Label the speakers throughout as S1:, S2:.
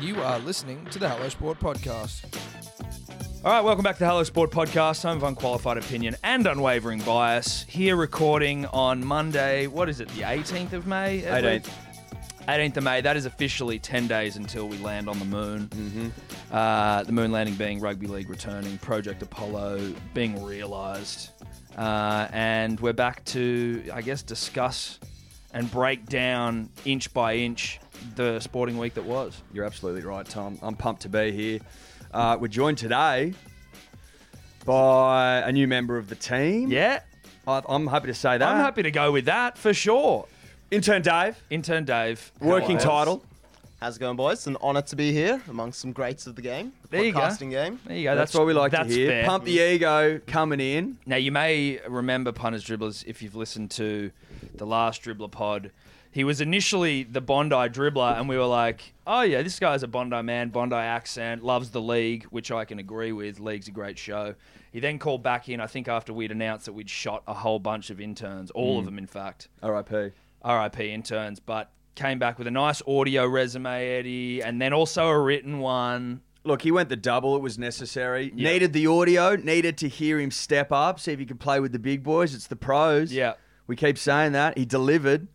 S1: You are listening to the Hello Sport Podcast.
S2: All right, welcome back to Hello Sport Podcast, home of unqualified opinion and unwavering bias. Here recording on Monday, what is it, the 18th of May?
S3: 18th.
S2: 18th of May. That is officially 10 days until we land on the moon. Uh, the moon landing being rugby league returning, Project Apollo being realised. Uh, and we're back to, I guess, discuss and break down inch by inch the sporting week that was.
S3: You're absolutely right, Tom. I'm pumped to be here. Uh, we're joined today by a new member of the team.
S2: Yeah.
S3: I, I'm happy to say that.
S2: I'm happy to go with that for sure.
S3: Uh, Intern Dave,
S2: Intern Dave.
S3: working
S2: Hello.
S3: title.
S4: How's it going, boys? It's an honour to be here amongst some greats of the game, the
S2: There you go.
S4: podcasting game.
S2: There you go.
S3: That's, what we like to
S2: that's
S3: hear.
S2: fair.
S3: Pump the ego coming in.
S2: Now you may remember punters dribblers if you've listened to the last dribbler pod. He was initially the Bondi dribbler, and we were like, "Oh yeah, this guy's a Bondi man, Bondi accent, loves the league," which I can agree with. League's a great show. He then called back in, I think, after we'd announced that we'd shot a whole bunch of interns, all
S3: Mm.
S2: of them, in fact.
S3: RIP.
S2: RIP interns, but came back with a nice audio resume, Eddie, and then also a written one.
S3: Look, he went the double. It was necessary. Needed the audio. Needed to hear him step up. See if he could play with the big boys. It's the pros.
S2: Yeah.
S3: We keep saying that he delivered.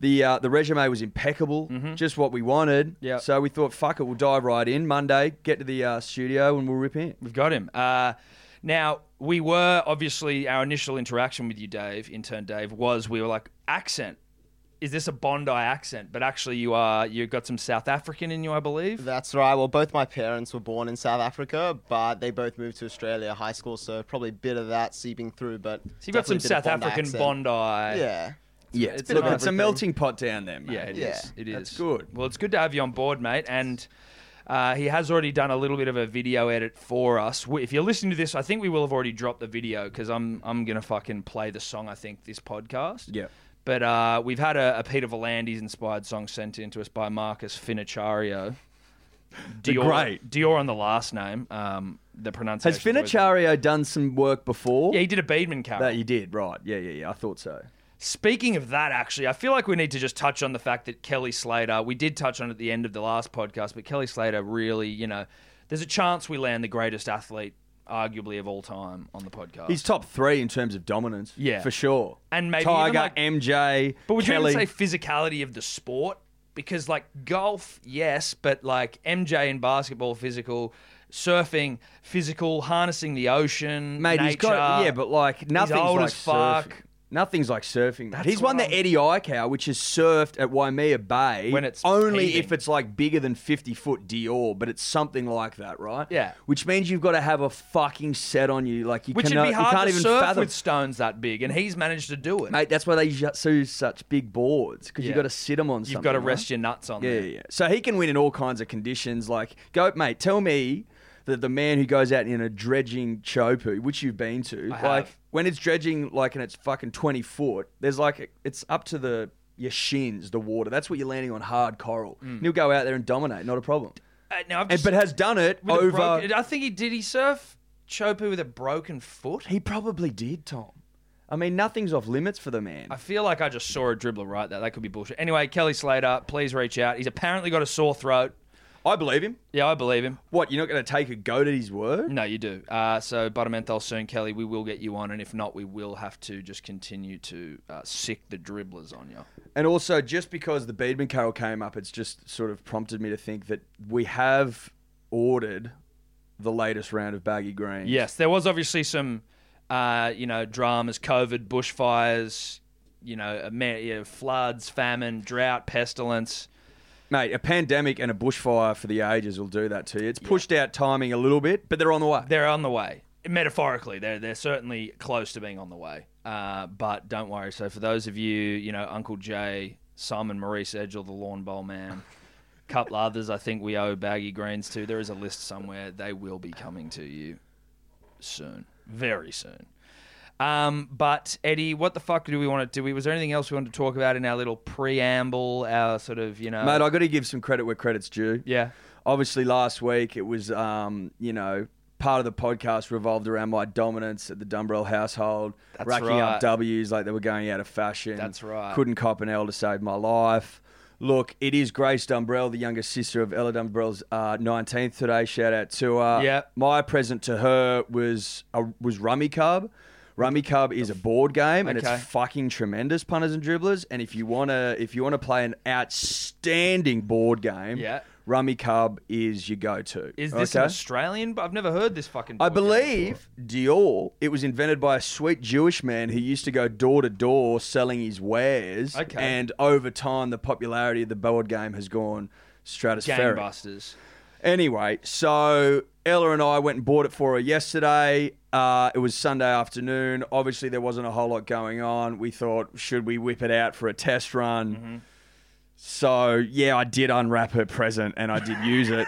S3: The uh, the resume was impeccable. Just what we wanted.
S2: Mm-hmm. Yeah.
S3: So we thought, fuck it, we'll dive right in Monday. Get to the uh, studio and we'll rip in.
S2: We've got him. Uh, now, we were obviously, our initial interaction with you, Dave, intern Dave, was we were like, accent. Is this a Bondi accent? But actually, you are. You've got some South African in you, I believe.
S4: That's right. Well, both my parents were born in South Africa, but they both moved to Australia high school, so probably a bit of that seeping through. But
S2: So you've got some
S4: definitely a
S2: South
S4: bit of Bondi
S2: African eh?
S4: accent.
S2: Bondi.
S4: Yeah.
S3: Yeah.
S2: it's a bit
S3: Look,
S2: of
S3: it's a
S4: everything.
S3: melting pot down there, mate.
S2: Yeah, it is.
S4: Yeah.
S2: It is.
S3: That's good.
S2: Well, it's good to have you on board, mate. And uh, he has already done a little bit of a video edit for us. We- If you're listening to this, I think we will have already dropped the video because I'm I'm gonna fucking play the song. I think this podcast.
S3: Yeah.
S2: But uh, we've had a, a Peter Volandes inspired song sent in to us by Marcus Finichario.
S3: The great.
S2: Dior on the last name. Um, the pronunciation.
S3: Has Finichario done some work before?
S2: Yeah, Oh. he did a Beedman carol.
S3: That you did, right. Yeah, yeah, yeah. I thought so.
S2: Speaking of that, actually, I feel like we need to just touch on the fact that Kelly Slater, we did touch on it at the end of the last podcast, but Kelly Slater really, you know, there's a chance we land the greatest athlete, arguably, of all time on the podcast.
S3: He's top three in terms of dominance.
S2: Yeah.
S3: For sure.
S2: And maybe even
S3: Tiger,
S2: like-
S3: MJ.
S2: but would
S3: Kelly.
S2: you even say physicality of the sport? Because, like, golf, yes, but like MJ in basketball, physical. Surfing, physical, harnessing the ocean,
S3: Mate, he's got
S2: nature.
S3: yeah, but like nothing's
S2: old
S3: like
S2: as fuck.
S3: surfing. Nothing's like surfing. Mate.
S2: That's
S3: He's won
S2: what
S3: the
S2: I'm-
S3: Eddie Icow, which is surfed at Waimea Bay.
S2: When it's
S3: only
S2: heaving.
S3: if it's like bigger than fifty foot Dior, but it's something like that, right?
S2: Yeah.
S3: Which means you've got to have a fucking set on you, like you
S2: which would
S3: cannot,
S2: be hard
S3: you can't
S2: to
S3: even
S2: surf
S3: fathom.
S2: with stones that big, and he's managed to do it.
S3: Mate, that's why they use such big boards because
S2: Yeah.
S3: you've got to sit them on. something,
S2: You've got to
S3: right?
S2: rest your nuts on
S3: Yeah,
S2: there.
S3: yeah. yeah. So he can win in all kinds of conditions. Like, go, mate. Tell me that the man who goes out in a dredging chopu, which you've been to,
S2: have.
S3: like when it's dredging, like and it's fucking twenty foot. There's like it's up to the your shins, the water. That's what you're landing on hard coral. And he'll go out there and dominate, not a problem.
S2: Uh, now, I've
S3: And
S2: just,
S3: but has done it
S2: with a
S3: over.
S2: broken- I think he did. He surf Chopu with a broken foot.
S3: he probably did, Tom. I mean, nothing's off limits for the man.
S2: I feel like I just saw a dribbler right there. That could be bullshit. Anyway, Kelly Slater, please reach out. He's apparently got a sore throat.
S3: I believe him.
S2: Yeah, I believe him.
S3: What? You're not going to take a goat at his word?
S2: No, you do. Uh, so Buttermenthol soon, Kelly. We will get you on, and if not, we will have to just continue to uh, sick the dribblers on you.
S3: And also, just because the Beedman Carol came up, it's just sort of prompted me to think that we have ordered the latest round of baggy greens.
S2: Yes, there was obviously some, uh, you know, dramas, COVID, bushfires, you know, ama- you know, floods, famine, drought, pestilence.
S3: Mate, a pandemic and a bushfire for the ages will do that to you. It's pushed out timing a little bit, but they're on the way.
S2: They're on the way. Metaphorically, they're they're certainly close to being on the way. Uh, but don't worry. So for those of you, you know, Uncle Jay, Simon Maurice Edgel, the Lawn Bowl Man, couple others, I think we owe Baggy Greens to. There is a list somewhere. They will be coming to you soon, very soon. Um, but Eddie, what the fuck do we want to do? We was there anything else we wanted to talk about in our little preamble? Our sort of, you know,
S3: Mate, i got to give some credit where credit's due.
S2: yeah,
S3: Obviously, last week it was, um, you know, part of the podcast revolved around my dominance at the Dumbrell household,
S2: That's
S3: racking
S2: right.
S3: up W's like they were going out of fashion.
S2: That's right.
S3: Couldn't cop an L to save my life. Look, it is Grace Dumbrell, the youngest sister of Ella Dumbrell's uh, 19th today. Shout out to her.
S2: Yep.
S3: My present to her was a, was Rummy Cub. Rummy Cub is a board game and
S2: Okay.
S3: it's fucking tremendous, punters and dribblers. And if you wanna if you wanna play an outstanding board game,
S2: Yeah.
S3: Rummy Cub is your go to.
S2: Is this an Australian? I've never heard this fucking.
S3: I
S2: board game
S3: believe Dior. It was invented by a sweet Jewish man who used to go door to door selling his wares.
S2: Okay.
S3: And over time, the popularity of the board game has gone
S2: before.
S3: stratospheric.
S2: gangbusters.
S3: Anyway, so Ella and I went and bought it for her yesterday. Uh, it was Sunday afternoon. Obviously, there wasn't a whole lot going on. We thought, should we whip it out for a test run? So, yeah, I did unwrap her present and I did use it.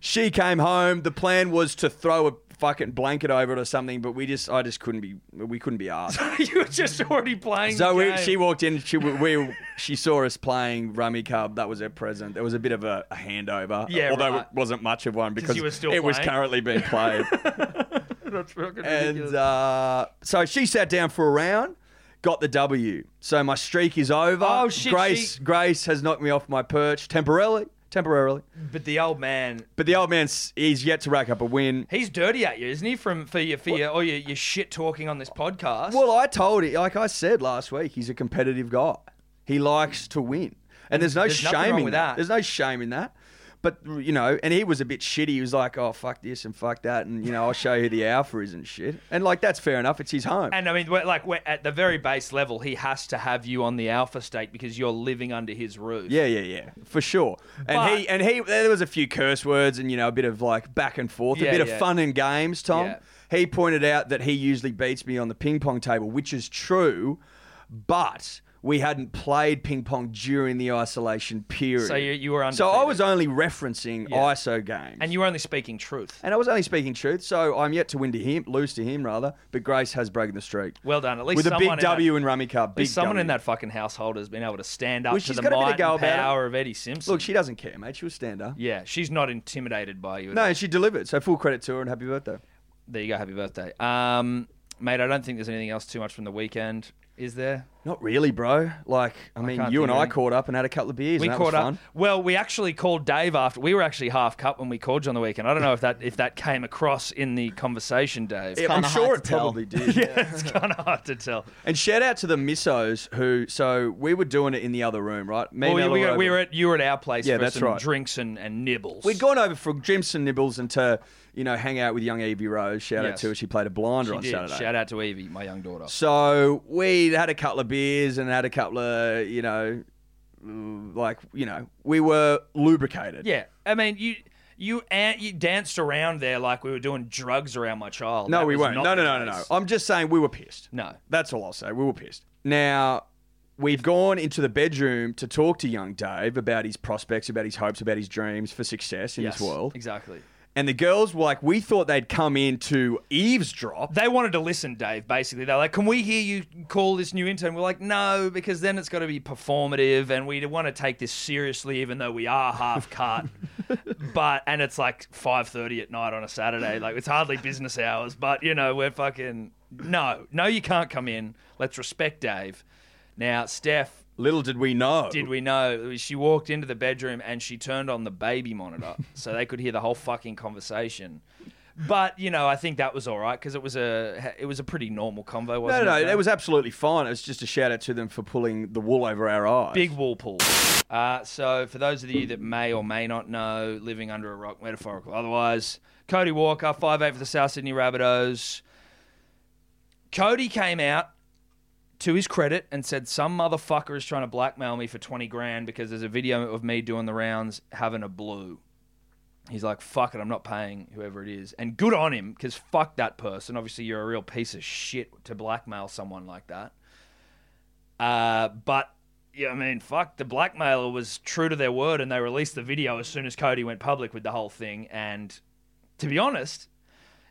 S3: she came home. The plan was to throw a fucking blanket over it or something, but we just, I just couldn't be, we couldn't be asked.
S2: you were just already playing.
S3: So
S2: the
S3: we,
S2: game.
S3: she walked in. She we she saw us playing Rummy Cub. That was her present. There was a bit of a, a handover.
S2: Yeah,
S3: although
S2: right.
S3: it wasn't much of one because
S2: you were still
S3: it was
S2: playing.
S3: currently being played.
S2: That's fucking ridiculous.
S3: and uh, so she sat down for a round, got the W. So my streak is over.
S2: Oh, shit,
S3: Grace
S2: she-
S3: Grace has knocked me off my perch temporarily. Temporarily,
S2: but the old man,
S3: but the old man's he's yet to rack up a win.
S2: he's dirty at you, isn't he? From for your for your, all your, your shit talking on this podcast.
S3: Well, I told it like I said last week. He's a competitive guy. He likes to win, and there's no
S2: There's nothing
S3: shame
S2: wrong
S3: in
S2: with
S3: that.
S2: that.
S3: There's no shame in that. But you know, and he was a bit shitty. He was like, "Oh fuck this and fuck that," and you know, I'll show you who the alpha is and shit. And like that's fair enough. It's his home.
S2: and I mean, we're, like we're at the very base level, he has to have you on the alpha stake because you're living under his roof.
S3: yeah, yeah, yeah, for sure. And
S2: But-
S3: he and he, there was a few curse words and you know a bit of like back and forth,
S2: Yeah,
S3: a bit
S2: yeah.
S3: of fun and games. Tom,
S2: Yeah.
S3: he pointed out that he usually beats me on the ping pong table, which is true, but we hadn't played ping pong during the isolation period.
S2: So you- you were
S3: So I
S2: undefeated.
S3: was only referencing
S2: Yeah.
S3: ISO games.
S2: and you're only speaking truth.
S3: And I was only speaking truth, so I'm yet to win to him, lose to him rather. But Grace has broken the streak
S2: Well done. At least
S3: with a
S2: someone
S3: big
S2: in that-
S3: W in Rummy Cup.
S2: At least
S3: big
S2: someone in
S3: W.
S2: that fucking household has been able to stand up
S3: Well,
S2: to
S3: she's
S2: the
S3: got a bit of
S2: might
S3: go
S2: and
S3: about it.
S2: power of Eddie Simpson.
S3: Look, she doesn't care, mate. She'll stand up.
S2: yeah, she's not intimidated by you. at
S3: No,
S2: all.
S3: and she delivered. So full credit to her and happy birthday.
S2: there you go. Happy birthday, um, mate. I don't think there's anything else too much from the weekend, is there?
S3: Not really, bro. Like, I mean,
S2: can't
S3: you
S2: think
S3: and
S2: of
S3: I
S2: any.
S3: caught up and had a couple of beers.
S2: we
S3: and that
S2: caught
S3: was
S2: up.
S3: fun.
S2: Well, we actually called Dave after we were actually half cup when we called you on the weekend. I don't know if that if that came across in the conversation, Dave.
S3: Yeah, I'm
S4: kinda
S3: sure
S4: hard
S3: it
S4: to tell.
S3: probably did.
S2: it's kind of hard to tell.
S3: And shout out to the missos who. So we were doing it in the other room, right? Me
S2: Well,
S3: and
S2: we,
S3: Ella
S2: we, were- we
S3: over-
S2: were at you were at our place
S3: Yeah,
S2: for
S3: that's
S2: some
S3: right.
S2: drinks and, and nibbles.
S3: We'd gone over for drinks and nibbles and to, you know, hang out with young Evie Rose. Shout out
S2: Yes.
S3: to her. She played a blinder
S2: She
S3: on
S2: did.
S3: Saturday.
S2: Shout out to Evie, my young daughter.
S3: So we had a couple of beers and had a couple of, you know, like, you know, we were lubricated.
S2: Yeah, I mean you. You, an- you danced around there like we were doing drugs around my child.
S3: No,
S2: That
S3: we
S2: was
S3: weren't.
S2: not
S3: No, no,
S2: the
S3: no, no, no.
S2: case.
S3: I'm just saying we were pissed.
S2: No.
S3: That's all I'll say. We were pissed. Now, we've gone into the bedroom to talk to young Dave about his prospects, about his hopes, about his dreams for success in
S2: Yes,
S3: this world.
S2: Exactly.
S3: And the girls were like, we thought they'd come in to eavesdrop.
S2: They wanted to listen, Dave, basically. They're like, can we hear you call this new intern? We're like, no, because then it's got to be performative and we want to take this seriously, even though we are half cut. but, and it's like 5.30 at night on a Saturday. Like, it's hardly business hours, but, you know, we're fucking, no, no, you can't come in. Let's respect Dave. Now, Steph,
S3: Little did we know.
S2: did we know she walked into the bedroom and she turned on the baby monitor so they could hear the whole fucking conversation. But you know, I think that was all right because it was a it was a pretty normal convo,
S3: No,
S2: wasn't
S3: no, no.
S2: it?
S3: It
S2: Joe?
S3: was absolutely fine. It was just a shout out to them for pulling the wool over our eyes.
S2: big wall pull. Uh, so for those of you that may or may not know, living under a rock, metaphorical. Otherwise, Cody Walker, 5'8 for the South Sydney Rabbitohs. Cody came out to his credit and said, Some motherfucker is trying to blackmail me for 20 grand because there's a video of me doing the rounds having a blue. He's like, fuck it, I'm not paying whoever it is. And good on him, because fuck that person. Obviously, you're a real piece of shit to blackmail someone like that. Uh, but, yeah, I mean, fuck, the blackmailer was true to their word, and they released the video as soon as Cody went public with the whole thing. And to be honest,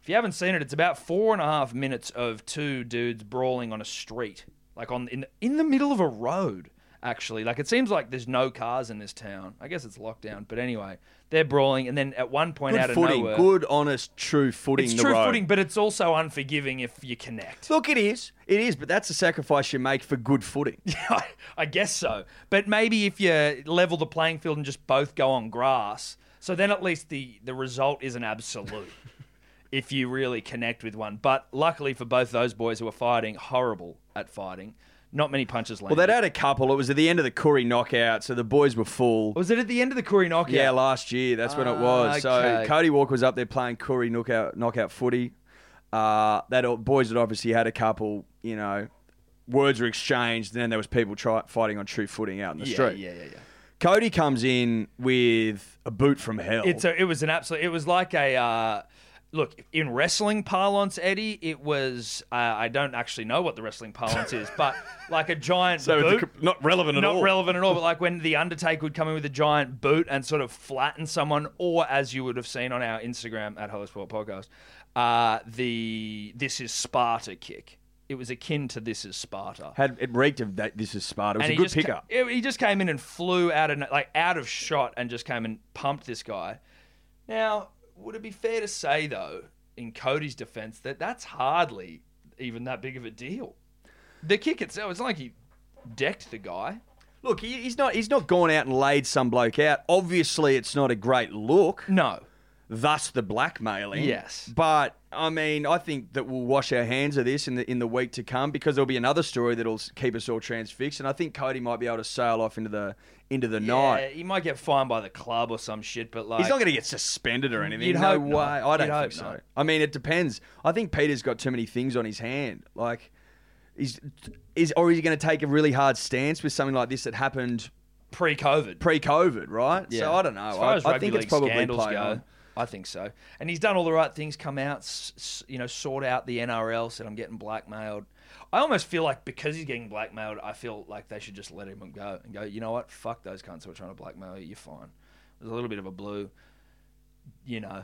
S2: if you haven't seen it, it's about four and a half minutes of two dudes brawling on a street, like on in in the middle of a road, actually. Like, it seems like there's no cars in this town. I guess it's lockdown, but anyway, they're brawling. And then at one point out
S3: Good
S2: of
S3: footing,
S2: nowhere,
S3: good, honest, true footing.
S2: it's
S3: the
S2: true
S3: road.
S2: footing, but it's also unforgiving if you connect.
S3: Look, it is, it is, but that's a sacrifice you make for good footing.
S2: I, I guess so. But maybe if you level the playing field and just both go on grass, so then at least the, the result is an absolute if you really connect with one. But luckily for both those boys who are fighting, horrible at fighting, not many punches landed.
S3: Well, they'd had a couple. It was at the end of the Curry knockout, so the boys were full.
S2: was it at the end of the Korean knockout?
S3: Yeah, last year. That's when it was.
S2: Okay.
S3: So Cody Walker was up there playing Curry knockout knockout footy. Uh, that all- boys had obviously had a couple. You know, words were exchanged. And then there was people try, fighting on true footing out in the
S2: yeah,
S3: street.
S2: yeah, yeah, yeah.
S3: Cody comes in with a boot from hell.
S2: It's a, it was an absolute. It was like a uh, look in wrestling parlance, Eddie. It was uh, I don't actually know what the wrestling parlance is, but like a giant
S3: so
S2: boot.
S3: it's a- not relevant at
S2: not
S3: all.
S2: relevant at all. But like when the Undertaker would come in with a giant boot and sort of flatten someone, or as you would have seen on our Instagram at Hello Sport Podcast, uh, the this is Sparta kick. It was akin to this is Sparta.
S3: had it reeked of that. This is Sparta. It was
S2: And
S3: a
S2: he
S3: good
S2: just ca-
S3: pickup.
S2: he just came in and flew out of like out of shot and just came and pumped this guy. Now, would it be fair to say though, in Cody's defense, that that's hardly even that big of a deal? The kick itself, it's not like he decked the guy.
S3: Look, he, he's not. He's not gone out and laid some bloke out. Obviously, it's not a great look.
S2: No,
S3: thus the blackmailing.
S2: Yes.
S3: But I mean, I think that we'll wash our hands of this in the in the week to come because there'll be another story that'll s- keep us all transfixed, and I think Cody might be able to sail off into the into the
S2: Yeah,
S3: night.
S2: he might get fined by the club or some shit, but like
S3: He's not going to get suspended or anything.
S2: You'd
S3: no
S2: hope
S3: way.
S2: not.
S3: I don't
S2: You'd
S3: think
S2: hope
S3: so.
S2: not.
S3: I mean, it depends. I think Peter's got too many things on his hand. Like, he's is or is he going to take a really hard stance with something like this that happened
S2: pre-COVID.
S3: pre-COVID, right? So I don't know.
S2: As far
S3: I,
S2: as
S3: I
S2: rugby
S3: think it's
S2: league
S3: probably
S2: scandals
S3: playing
S2: go,
S3: on.
S2: I think so. And he's done all the right things. Come out, s- s- you know, sort out the NRL. Said I'm getting blackmailed. I almost feel like because he's getting blackmailed, I feel like they should just let him go and go. You know what? Fuck those cunts who are trying to blackmail you. You're fine. There's a little bit of a blue, you know.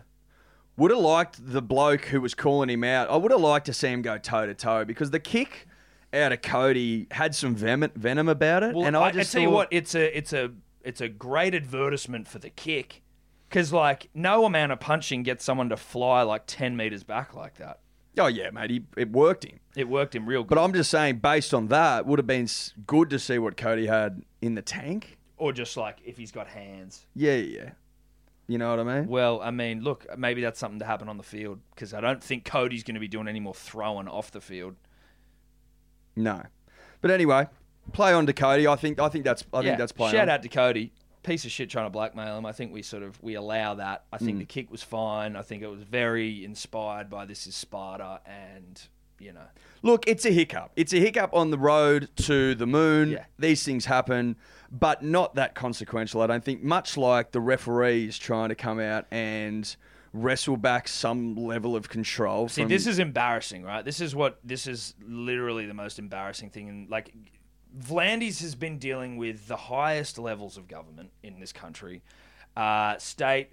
S3: Would have liked the bloke who was calling him out. I would have liked to see him go toe to toe because the kick out of Cody had some venom, venom about it.
S2: Well,
S3: and I just
S2: tell you
S3: thought-
S2: what, it's a it's a it's a great advertisement for the kick, because like no amount of punching gets someone to fly like ten meters back like that.
S3: Oh yeah, mate, he, it worked him.
S2: It worked him real good.
S3: But I'm just saying, based on that, would have been s- good to see what Cody had in the tank.
S2: or just like if he's got hands.
S3: Yeah, yeah, yeah. You know what I mean?
S2: Well, I mean, look, maybe that's something to happen on the field because I don't think Cody's going to be doing any more throwing off the field.
S3: No. But anyway, play on to Cody. I think I think that's I
S2: yeah.
S3: think that's playing.
S2: Shout
S3: on.
S2: out to Cody, piece of shit trying to blackmail him. I think we sort of we allow that. I
S3: Mm.
S2: think the kick was fine. I think it was very inspired by this is Sparta, and you know,
S3: Look, it's a hiccup. It's a hiccup on the road to the moon.
S2: Yeah.
S3: These things happen, but not that consequential, I don't think. Much like the referees trying to come out and wrestle back some level of control.
S2: see,
S3: from-
S2: this is embarrassing, right? This is what this is literally the most embarrassing thing, and like. Vlandis has been dealing with the highest levels of government in this country, uh, state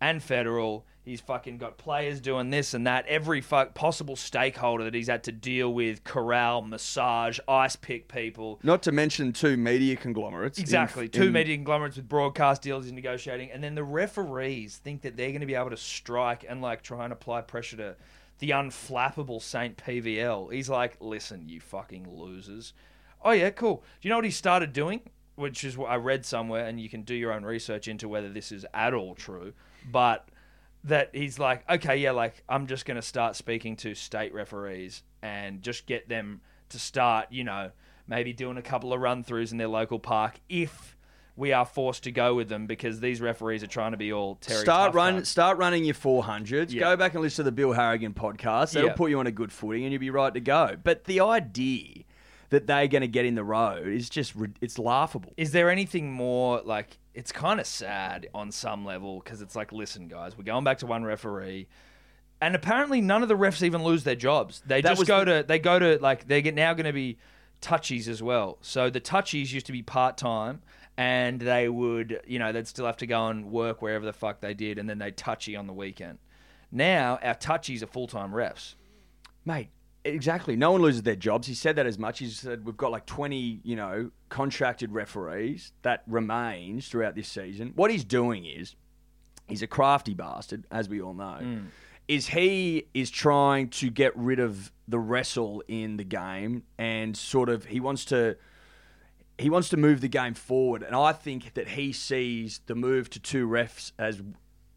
S2: and federal. He's fucking got players doing this and that. Every fuck possible stakeholder that he's had to deal with, corral, massage, ice pick people.
S3: not to mention two media conglomerates. in-
S2: Exactly. Two
S3: in-
S2: media conglomerates with broadcast deals he's negotiating. And then the referees think that they're going to be able to strike and like try and apply pressure to the unflappable Saint PVL. He's like, listen, you fucking losers. Oh, yeah, cool. Do you know what he started doing? Which is what I read somewhere, and you can do your own research into whether this is at all true. But that he's like, okay, yeah, like I'm just going to start speaking to state referees and just get them to start, you know, maybe doing a couple of run throughs in their local park if we are forced to go with them because these referees are trying to be all Terry
S3: Start
S2: Tough
S3: run,
S2: guys.
S3: start running your four hundreds.
S2: Yeah.
S3: Go back and listen to the Bill Harrigan podcast. That'll
S2: Yeah.
S3: put you on a good footing, and you'll be right to go. But the idea that they're going to get in the road is just—it's laughable.
S2: Is there anything more like it's kind of sad on some level because it's like, listen, guys, we're going back to one referee. And apparently, none of the refs even lose their jobs. They
S3: That
S2: just
S3: was
S2: go
S3: the-
S2: to they go to like they're get- now going to be touchies as well. So the touchies used to be part time, and they would you know they'd still have to go and work wherever the fuck they did, and then they touchy on the weekend. Now our touchies are full time refs.
S3: Mate, exactly. No one loses their jobs. He said that as much. He said we've got like 20, you know, contracted referees that remains throughout this season. What he's doing is he's a crafty bastard, as we all know.
S2: Mm.
S3: Is he is trying to get rid of the wrestle in the game and sort of he wants to he wants to move the game forward, and I think that he sees the move to two refs as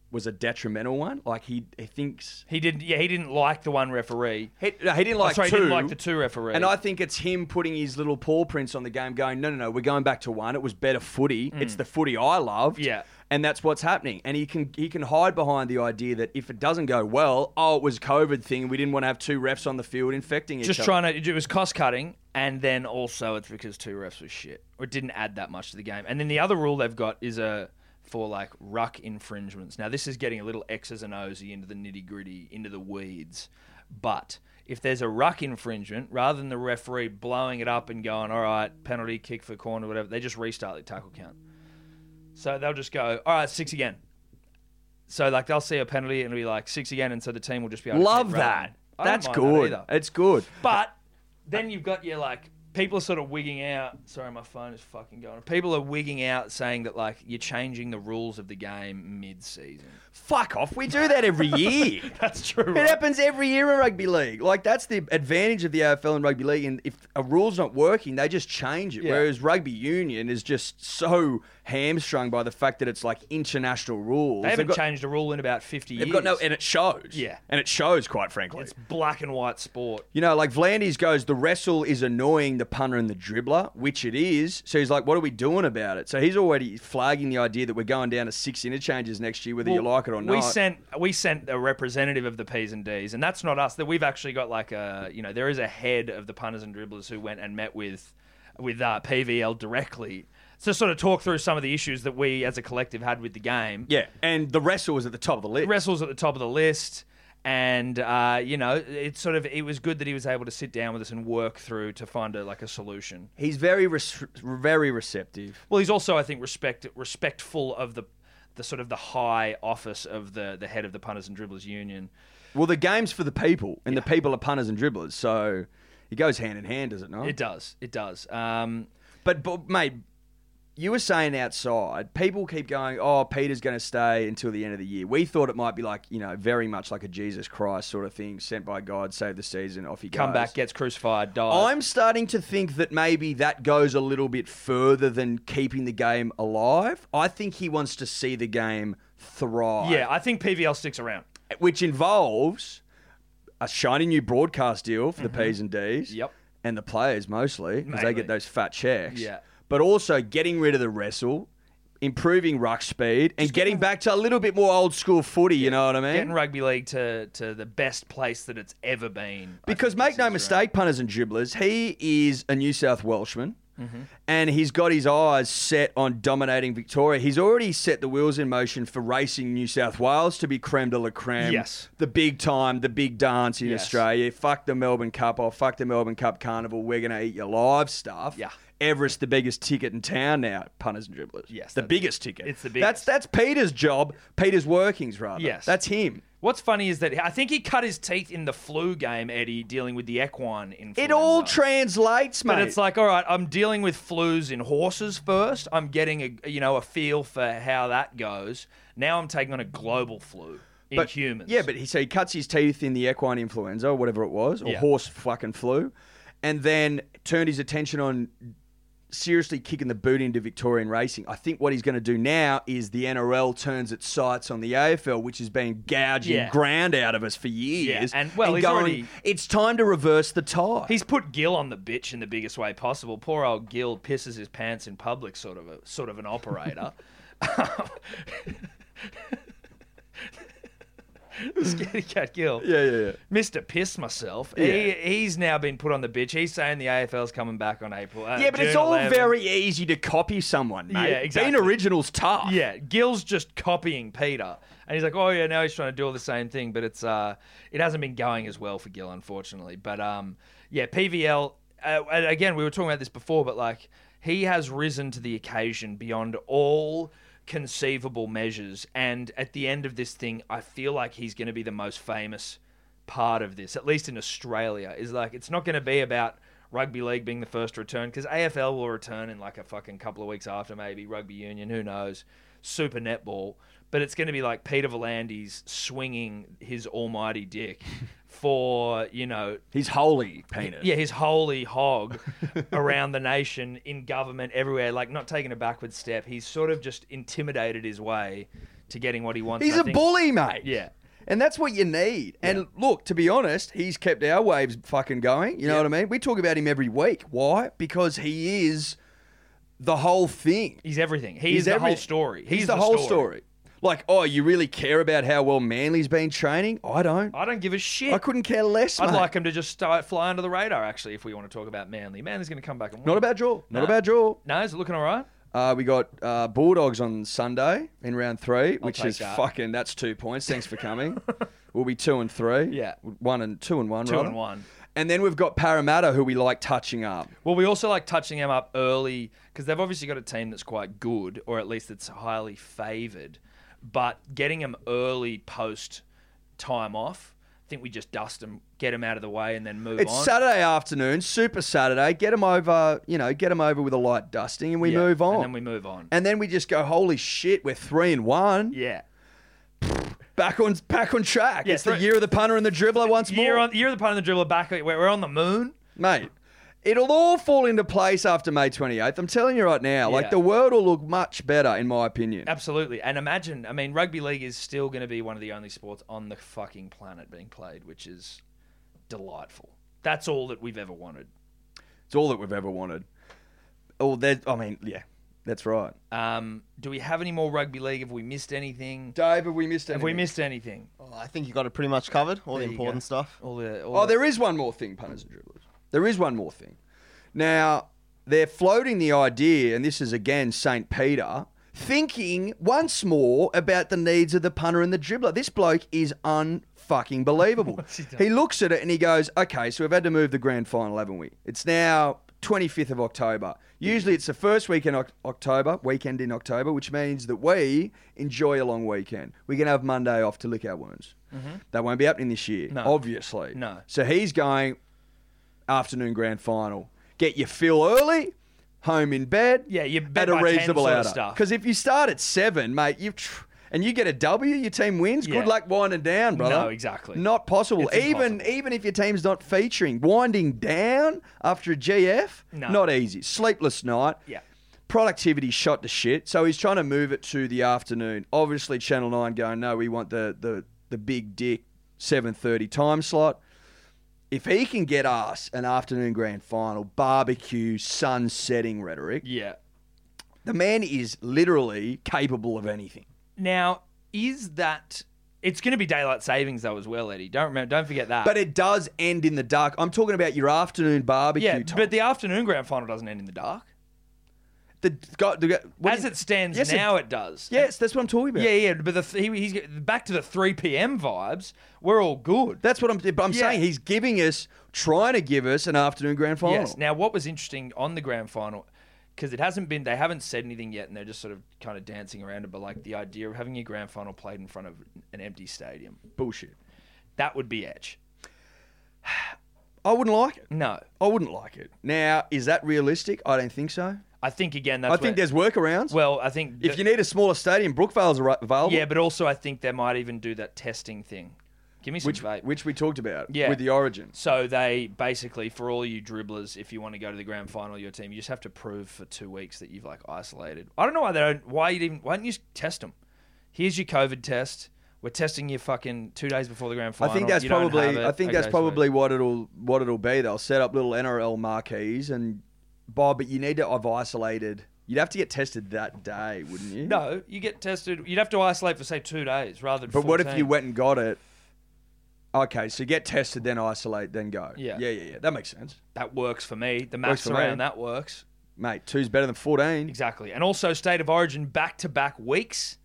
S3: was a detrimental one. Like he, he thinks
S2: He didn't. Yeah, he didn't like the one referee.
S3: he, no, he didn't
S2: Oh,
S3: like
S2: sorry, he
S3: two.
S2: didn't like the two referee.
S3: And I think it's him putting his little paw prints on the game, going, no, no, no, we're going back to one. It was better footy. It's the footy I loved.
S2: Mm. Yeah.
S3: And that's what's happening. And he can he can hide behind the idea that if it doesn't go well, oh, it was COVID thing. and We didn't want to have two refs on the field infecting each
S2: just
S3: other.
S2: trying to. It was cost cutting, and then also it's because two refs was shit, or it didn't add that much to the game. And then the other rule they've got is a for like ruck infringements. Now this is getting a little X's and O's into the nitty gritty, into the weeds. But if there's a ruck infringement, rather than the referee blowing it up and going, "All right, penalty, kick for corner, whatever," they just restart the tackle count. So they'll just go, "All right, six again." So like they'll see a penalty and it'll be like six again, and so the team will just be able to
S3: Love
S2: keep
S3: that.
S2: rolling. I don't
S3: That's
S2: mind
S3: good.
S2: That either.
S3: it's good.
S2: But then you've got your like people are sort of wigging out. Sorry, my phone is fucking going. People are wigging out saying that like you're changing the rules of the game mid-season.
S3: Fuck off. We do that every year.
S2: That's true.
S3: It happens every year in rugby league. Like that's the advantage of the AFL and rugby league. And if a rule's not working, they just change it.
S2: Yeah.
S3: Whereas rugby union is just so hamstrung by the fact that it's like international rules.
S2: They haven't
S3: They've got,
S2: changed a rule in about 50 years.
S3: They've got no, and it shows.
S2: Yeah.
S3: and it shows quite frankly.
S2: it's black and white sport.
S3: you know, like Vlandis goes, the wrestle is annoying the punter and the dribbler, which it is. So he's like, what are we doing about it? So he's already flagging the idea that we're going down to six interchanges next year, whether you
S2: Well,
S3: like it or not.
S2: We sent we sent a representative of the P's and D's, and that's not us. That we've actually got like a you know there is a head of the punters and dribblers who went and met with with uh, PVL directly to sort of talk through some of the issues that we as a collective had with the game.
S3: yeah, and the wrestle was at the top of the list.
S2: wrestles at the top of the list. And uh, you know, it's sort of it was good that he was able to sit down with us and work through to find a, like a solution.
S3: He's very, res- very receptive.
S2: Well, he's also I think respect respectful of the the sort of the high office of the the head of the punters and dribblers union.
S3: Well, the game's for the people, and the people are punters and dribblers, so it goes hand in hand, does it not?
S2: It does, it does. Um,
S3: But, but mate, you were saying outside, people keep going, "Oh, Peter's going to stay until the end of the year." We thought it might be like you know, very much like a Jesus Christ sort of thing, sent by God, save the season, off he
S2: come
S3: goes.
S2: back, gets crucified, dies.
S3: I'm starting to think that maybe that goes a little bit further than keeping the game alive. I think he wants to see the game thrive.
S2: yeah, I think PVL sticks around.
S3: which involves a shiny new broadcast deal for the P's and D's.
S2: Mm-hmm. Yep.
S3: And the players mostly because they
S2: Mainly.
S3: get those fat checks.
S2: Yeah.
S3: But also getting rid of the wrestle, improving ruck speed, and getting back to a little bit more old school footy. You know what I mean?
S2: Getting rugby league to to the best place that it's ever been. I
S3: Because
S2: think
S3: make
S2: is
S3: no
S2: around.
S3: mistake, punters and dribblers, he is a New South Welshman.
S2: Mm-hmm.
S3: And he's got his eyes set on dominating Victoria. He's already set the wheels in motion for racing New South Wales to be creme de la creme.
S2: Yes.
S3: The big time, the big dance in
S2: Yes.
S3: Australia. Fuck the Melbourne Cup off. Fuck the Melbourne Cup Carnival. We're going to eat your live stuff.
S2: Yeah.
S3: Everest, the biggest ticket in town now, punters and dribblers.
S2: Yes,
S3: The
S2: that's-
S3: biggest ticket.
S2: it's the biggest.
S3: That's, that's Peter's job, Peter's workings, rather.
S2: Yes.
S3: That's him.
S2: What's funny is that I think he cut his teeth in the flu game, Eddie, dealing with the equine influenza.
S3: It all translates, mate.
S2: But it's like, all right, I'm dealing with flus in horses first. I'm getting a you know a feel for how that goes. Now I'm taking on a global flu in humans.
S3: Yeah, but he so he cuts his teeth in the equine influenza, or whatever it was, or
S2: Yeah.
S3: horse fucking flu, and then turned his attention on seriously kicking the boot into Victorian racing. I think what he's going to do now is the NRL turns its sights on the AFL, which has been gouging
S2: Yeah.
S3: ground out of us for years.
S2: and, well, he's already-
S3: it's time to reverse the tide.
S2: he's put Gil on the bitch in the biggest way possible. Poor old Gil pisses his pants in public, sort of a sort of an operator. Scaredy cat Gil.
S3: yeah, yeah, yeah.
S2: Mr. Piss Myself. He,
S3: Yeah.
S2: he's now been put on the bitch. He's saying the AFL's coming back on April. uh,
S3: Yeah, but it's
S2: June
S3: all
S2: 11.
S3: very easy to copy someone, mate.
S2: Yeah, exactly.
S3: Being original's tough.
S2: Yeah, Gil's just copying Peter, and he's like, "Oh yeah, now he's trying to do all the same thing." But it's uh, it hasn't been going as well for Gil, unfortunately. But um, yeah, PVL. Uh, and again, we were talking about this before, but like he has risen to the occasion beyond all conceivable measures, and at the end of this thing, I feel like he's going to be the most famous part of this, at least in Australia, is like it's not going to be about rugby league being the first to return because AFL will return in like a fucking couple of weeks after maybe rugby union, who knows? Super netball, but it's going to be like Peter Volandes swinging his almighty dick for you know
S3: He's holy penis.
S2: yeah, his holy hog around the nation, in government, everywhere, like not taking a backward step. He's sort of just intimidated his way to getting what he wants.
S3: He's
S2: a
S3: a bully, mate.
S2: Yeah.
S3: And that's what you need. And look, to be honest, he's kept our waves fucking going. You know what I mean? We talk about him every week. Why? Because he is the whole thing.
S2: He's everything. He is the whole
S3: everything.
S2: story.
S3: He's, the, whole story.
S2: story.
S3: Like, oh, you really care about how well Manly's been training? I don't.
S2: I don't give a shit.
S3: I couldn't care less,
S2: I'd
S3: mate.
S2: like him to just start fly under the radar. Actually, if we want to talk about Manly, Manly's going to come back and win.
S3: Not a bad draw. Not
S2: Nah.
S3: a bad draw.
S2: No, is it looking all right?
S3: Uh, we got uh, Bulldogs on Sunday in round three, which
S2: take
S3: is
S2: that.
S3: fucking. That's two points. Thanks for coming. we'll be two and three.
S2: Yeah.
S3: one and two and one.
S2: Two
S3: rather.
S2: and one.
S3: And then we've got Parramatta, who we like touching up.
S2: Well, we also like touching them up early because they've obviously got a team that's quite good, or at least that's highly favoured. But getting them early post time off, I think we just dust them, get them out of the way, and then move
S3: It's
S2: on.
S3: Saturday afternoon, Super Saturday. Get them over, you know, get them over with a light dusting, and we
S2: Yeah,
S3: move on.
S2: and then we move on.
S3: And then we just go, holy shit, we're three and one.
S2: yeah,
S3: Back on back on track.
S2: Yeah,
S3: it's the
S2: three-
S3: year of the punter and the dribbler once
S2: you're
S3: more.
S2: on. You're the part of the dribbler back. We're we're on the moon.
S3: Mate, it'll all fall into place after May 28th. I'm telling you right now,
S2: Yeah.
S3: like the world will look much better, in my opinion.
S2: Absolutely. And imagine, I mean, rugby league is still going to be one of the only sports on the fucking planet being played, which is delightful. That's all that we've ever wanted.
S3: It's all that we've ever wanted. Oh, there. I mean, yeah, that's right.
S2: Um, do we have any more rugby league? Have we missed anything?
S3: Dave, have we missed anything?
S2: Have we missed anything?
S4: Oh, I think you got it pretty much covered. All
S2: There
S4: the
S2: you
S4: important
S2: go.
S4: stuff.
S2: All the, all
S3: Oh,
S2: the-
S3: there is one more thing, punters and dribblers. There is one more thing. Now, they're floating the idea, and this is again St. Peter, thinking once more about the needs of the punter and the dribbler. This bloke is unfucking believable.
S2: he done?
S3: he looks at it and he goes, okay, so we've had to move the grand final, haven't we? It's now 25th of October. Usually it's the first weekend in Oc- October, weekend in October, which means that we enjoy a long weekend. We can have Monday off to lick our wounds. That won't be happening this year,
S2: Mm-hmm. No.
S3: obviously.
S2: No.
S3: So he's going afternoon grand final. Get your fill early, home in bed.
S2: Yeah, you're bed by 10 sort of stuff.
S3: Because if you start at seven, mate, you've tr- and you get a W, your team wins.
S2: Yeah.
S3: Good luck winding down, brother.
S2: No, exactly.
S3: Not possible.
S2: It's
S3: even
S2: impossible.
S3: even if your team's not featuring, winding down after a GF,
S2: No.
S3: not easy. Sleepless night.
S2: Yeah.
S3: Productivity shot to shit. So he's trying to move it to the afternoon. Obviously, Channel Nine going, no, we want the the the big dick seven thirty time slot. If he can get us an afternoon grand final, barbecue, sun setting rhetoric,
S2: Yeah.
S3: the man is literally capable of anything.
S2: Now, is that. It's going to be daylight savings, though, as well, Eddie. Don't remember, don't forget that.
S3: But it does end in the dark. I'm talking about your afternoon barbecue
S2: yeah,
S3: time.
S2: but the afternoon grand final doesn't end in the dark.
S3: The, God, the, what
S2: As
S3: do you-
S2: it stands
S3: Yes, it-
S2: now, it, does.
S3: yes, that's what I'm talking about.
S2: Yeah, yeah, but the th- he, he's get- back to the 3 p.m. vibes. We're all good.
S3: That's what I'm. But I'm
S2: Yeah.
S3: saying he's giving us, trying to give us an afternoon grand final.
S2: Yes. Now, what was interesting on the grand final, because it hasn't been, they haven't said anything yet, and they're just sort of kind of dancing around it. But like the idea of having your grand final played in front of an empty stadium,
S3: Bullshit.
S2: that would be edge.
S3: I wouldn't like it.
S2: No,
S3: I wouldn't like it. Now, is that realistic? I don't think so.
S2: I think again that's.
S3: I think
S2: where-
S3: there's workarounds.
S2: Well, I think.
S3: if
S2: the-
S3: you need a smaller stadium, Brookvale's ar- available.
S2: yeah, but also I think they might even do that testing thing. Give me some
S3: which
S2: vape.
S3: which we talked about.
S2: Yeah.
S3: with the origins.
S2: So they basically, for all you dribblers, if you want to go to the grand final, of your team, you just have to prove for two weeks that you've like isolated. I don't know why they don't. Why you even? Why didn't you just test them? Here's your COVID test. We're testing you fucking two days before the grand
S3: I
S2: final.
S3: think that's
S2: You don't have
S3: probably.
S2: it.
S3: I think that's
S2: Okay,
S3: probably what it'll what it'll be. They'll set up little NRL marquees and Bob, but you need to have isolated. You'd have to get tested that day, wouldn't you?
S2: sweet. No, you get tested. You'd have to isolate for say two days rather than.
S3: But what if
S2: 14.
S3: you went and got it? Okay, so get tested, then isolate, then go.
S2: Yeah.
S3: yeah, yeah, yeah. That makes sense,
S2: That works for me. The maths
S3: for me.
S2: around that works
S3: mate. Two's better than fourteen.
S2: exactly. And also state of origin back to back weeks.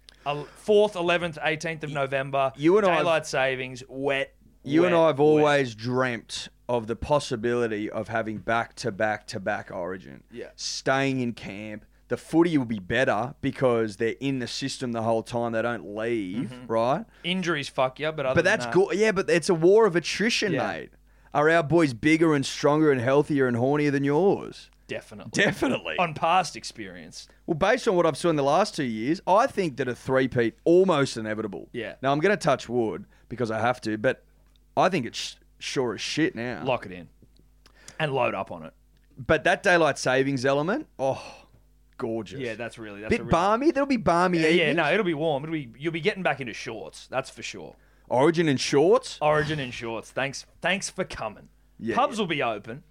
S2: Fourth, eleventh, eighteenth of November.
S3: you and I-
S2: daylight savings. Wet.
S3: You and
S2: wet,
S3: I have
S2: wet.
S3: always dreamt of the possibility of having back to back to back origin.
S2: Yeah.
S3: staying in camp.
S5: the footy will be better because they're in the system the whole time. They don't leave, right?
S6: Injuries fuck you, but Mm-hmm. other than
S5: But that's
S6: that-
S5: good. Yeah, but it's a war of attrition,
S6: Yeah.
S5: mate. Are our boys bigger and stronger and healthier and hornier than yours?
S6: Definitely.
S5: Definitely.
S6: on past experience.
S5: Well, based on what I've seen in the last two years, I think that a three-peat almost inevitable.
S6: Yeah.
S5: Now I'm going to touch wood because I have to, but I think it's sh- sure as shit now.
S6: Lock it in and load up on it.
S5: but that daylight savings element, oh, gorgeous.
S6: Yeah, that's really that's
S5: bit
S6: a really,
S5: balmy. There'll be balmy.
S6: Yeah, yeah,
S5: evenings.
S6: no, it'll be warm. It'll be you'll be getting back into shorts. That's for sure.
S5: Origin in shorts.
S6: Origin in shorts. Thanks, thanks for coming.
S5: Yeah,
S6: Pubs
S5: yeah.
S6: will be open.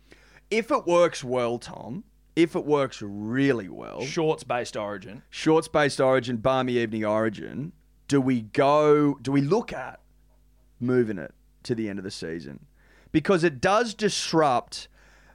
S5: If it works well, Tom. If it works really well,
S6: Shorts based Origin.
S5: shorts based origin, balmy evening origin, do we go, do we look at moving it to the end of the season? Because it does disrupt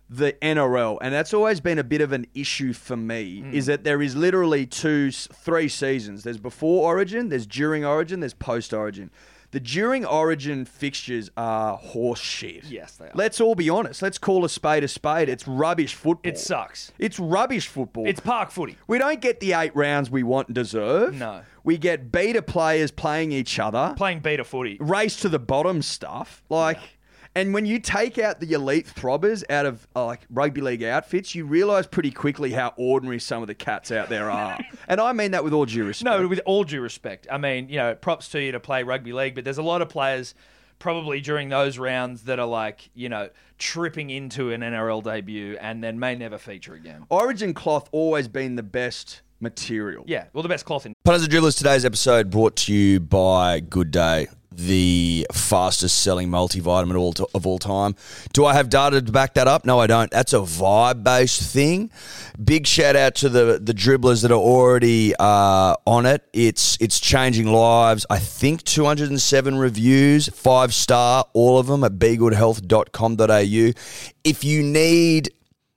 S5: the NRL, and that's always been a bit of an issue for me, is that there is literally two, s- three seasons. There's before origin, there's during origin, there's post origin. The during origin fixtures are horse shit.
S6: Yes, they are.
S5: Let's all be honest. Let's call a spade a spade. It's rubbish football.
S6: It sucks.
S5: It's rubbish football.
S6: It's park footy.
S5: We don't get the eight rounds we want and deserve.
S6: No.
S5: We get beta players playing each other,
S6: Playing beta footy.
S5: race to the bottom stuff. Like, and when you take out the elite throbbers out of uh, like rugby league outfits, you realise pretty quickly how ordinary some of the cats out there are. and I mean that with all due respect.
S6: No, with all due respect. I mean, you know, props to you to play rugby league, but there's a lot of players probably during those rounds that are like, you know, tripping into an NRL debut and then may never feature again.
S5: Origin cloth always been the best material.
S6: Yeah, well, the best cloth in
S3: Punters and Dribblers, today's episode brought to you by Good Day, the fastest selling multivitamin all to, of all time. Do I have data to back that up? No, I don't. That's a vibe based thing. Big shout out to the, the dribblers that are already uh, on it. It's, it's changing lives. I think 207 reviews, five star, all of them at begoodhealth.com.au. If you need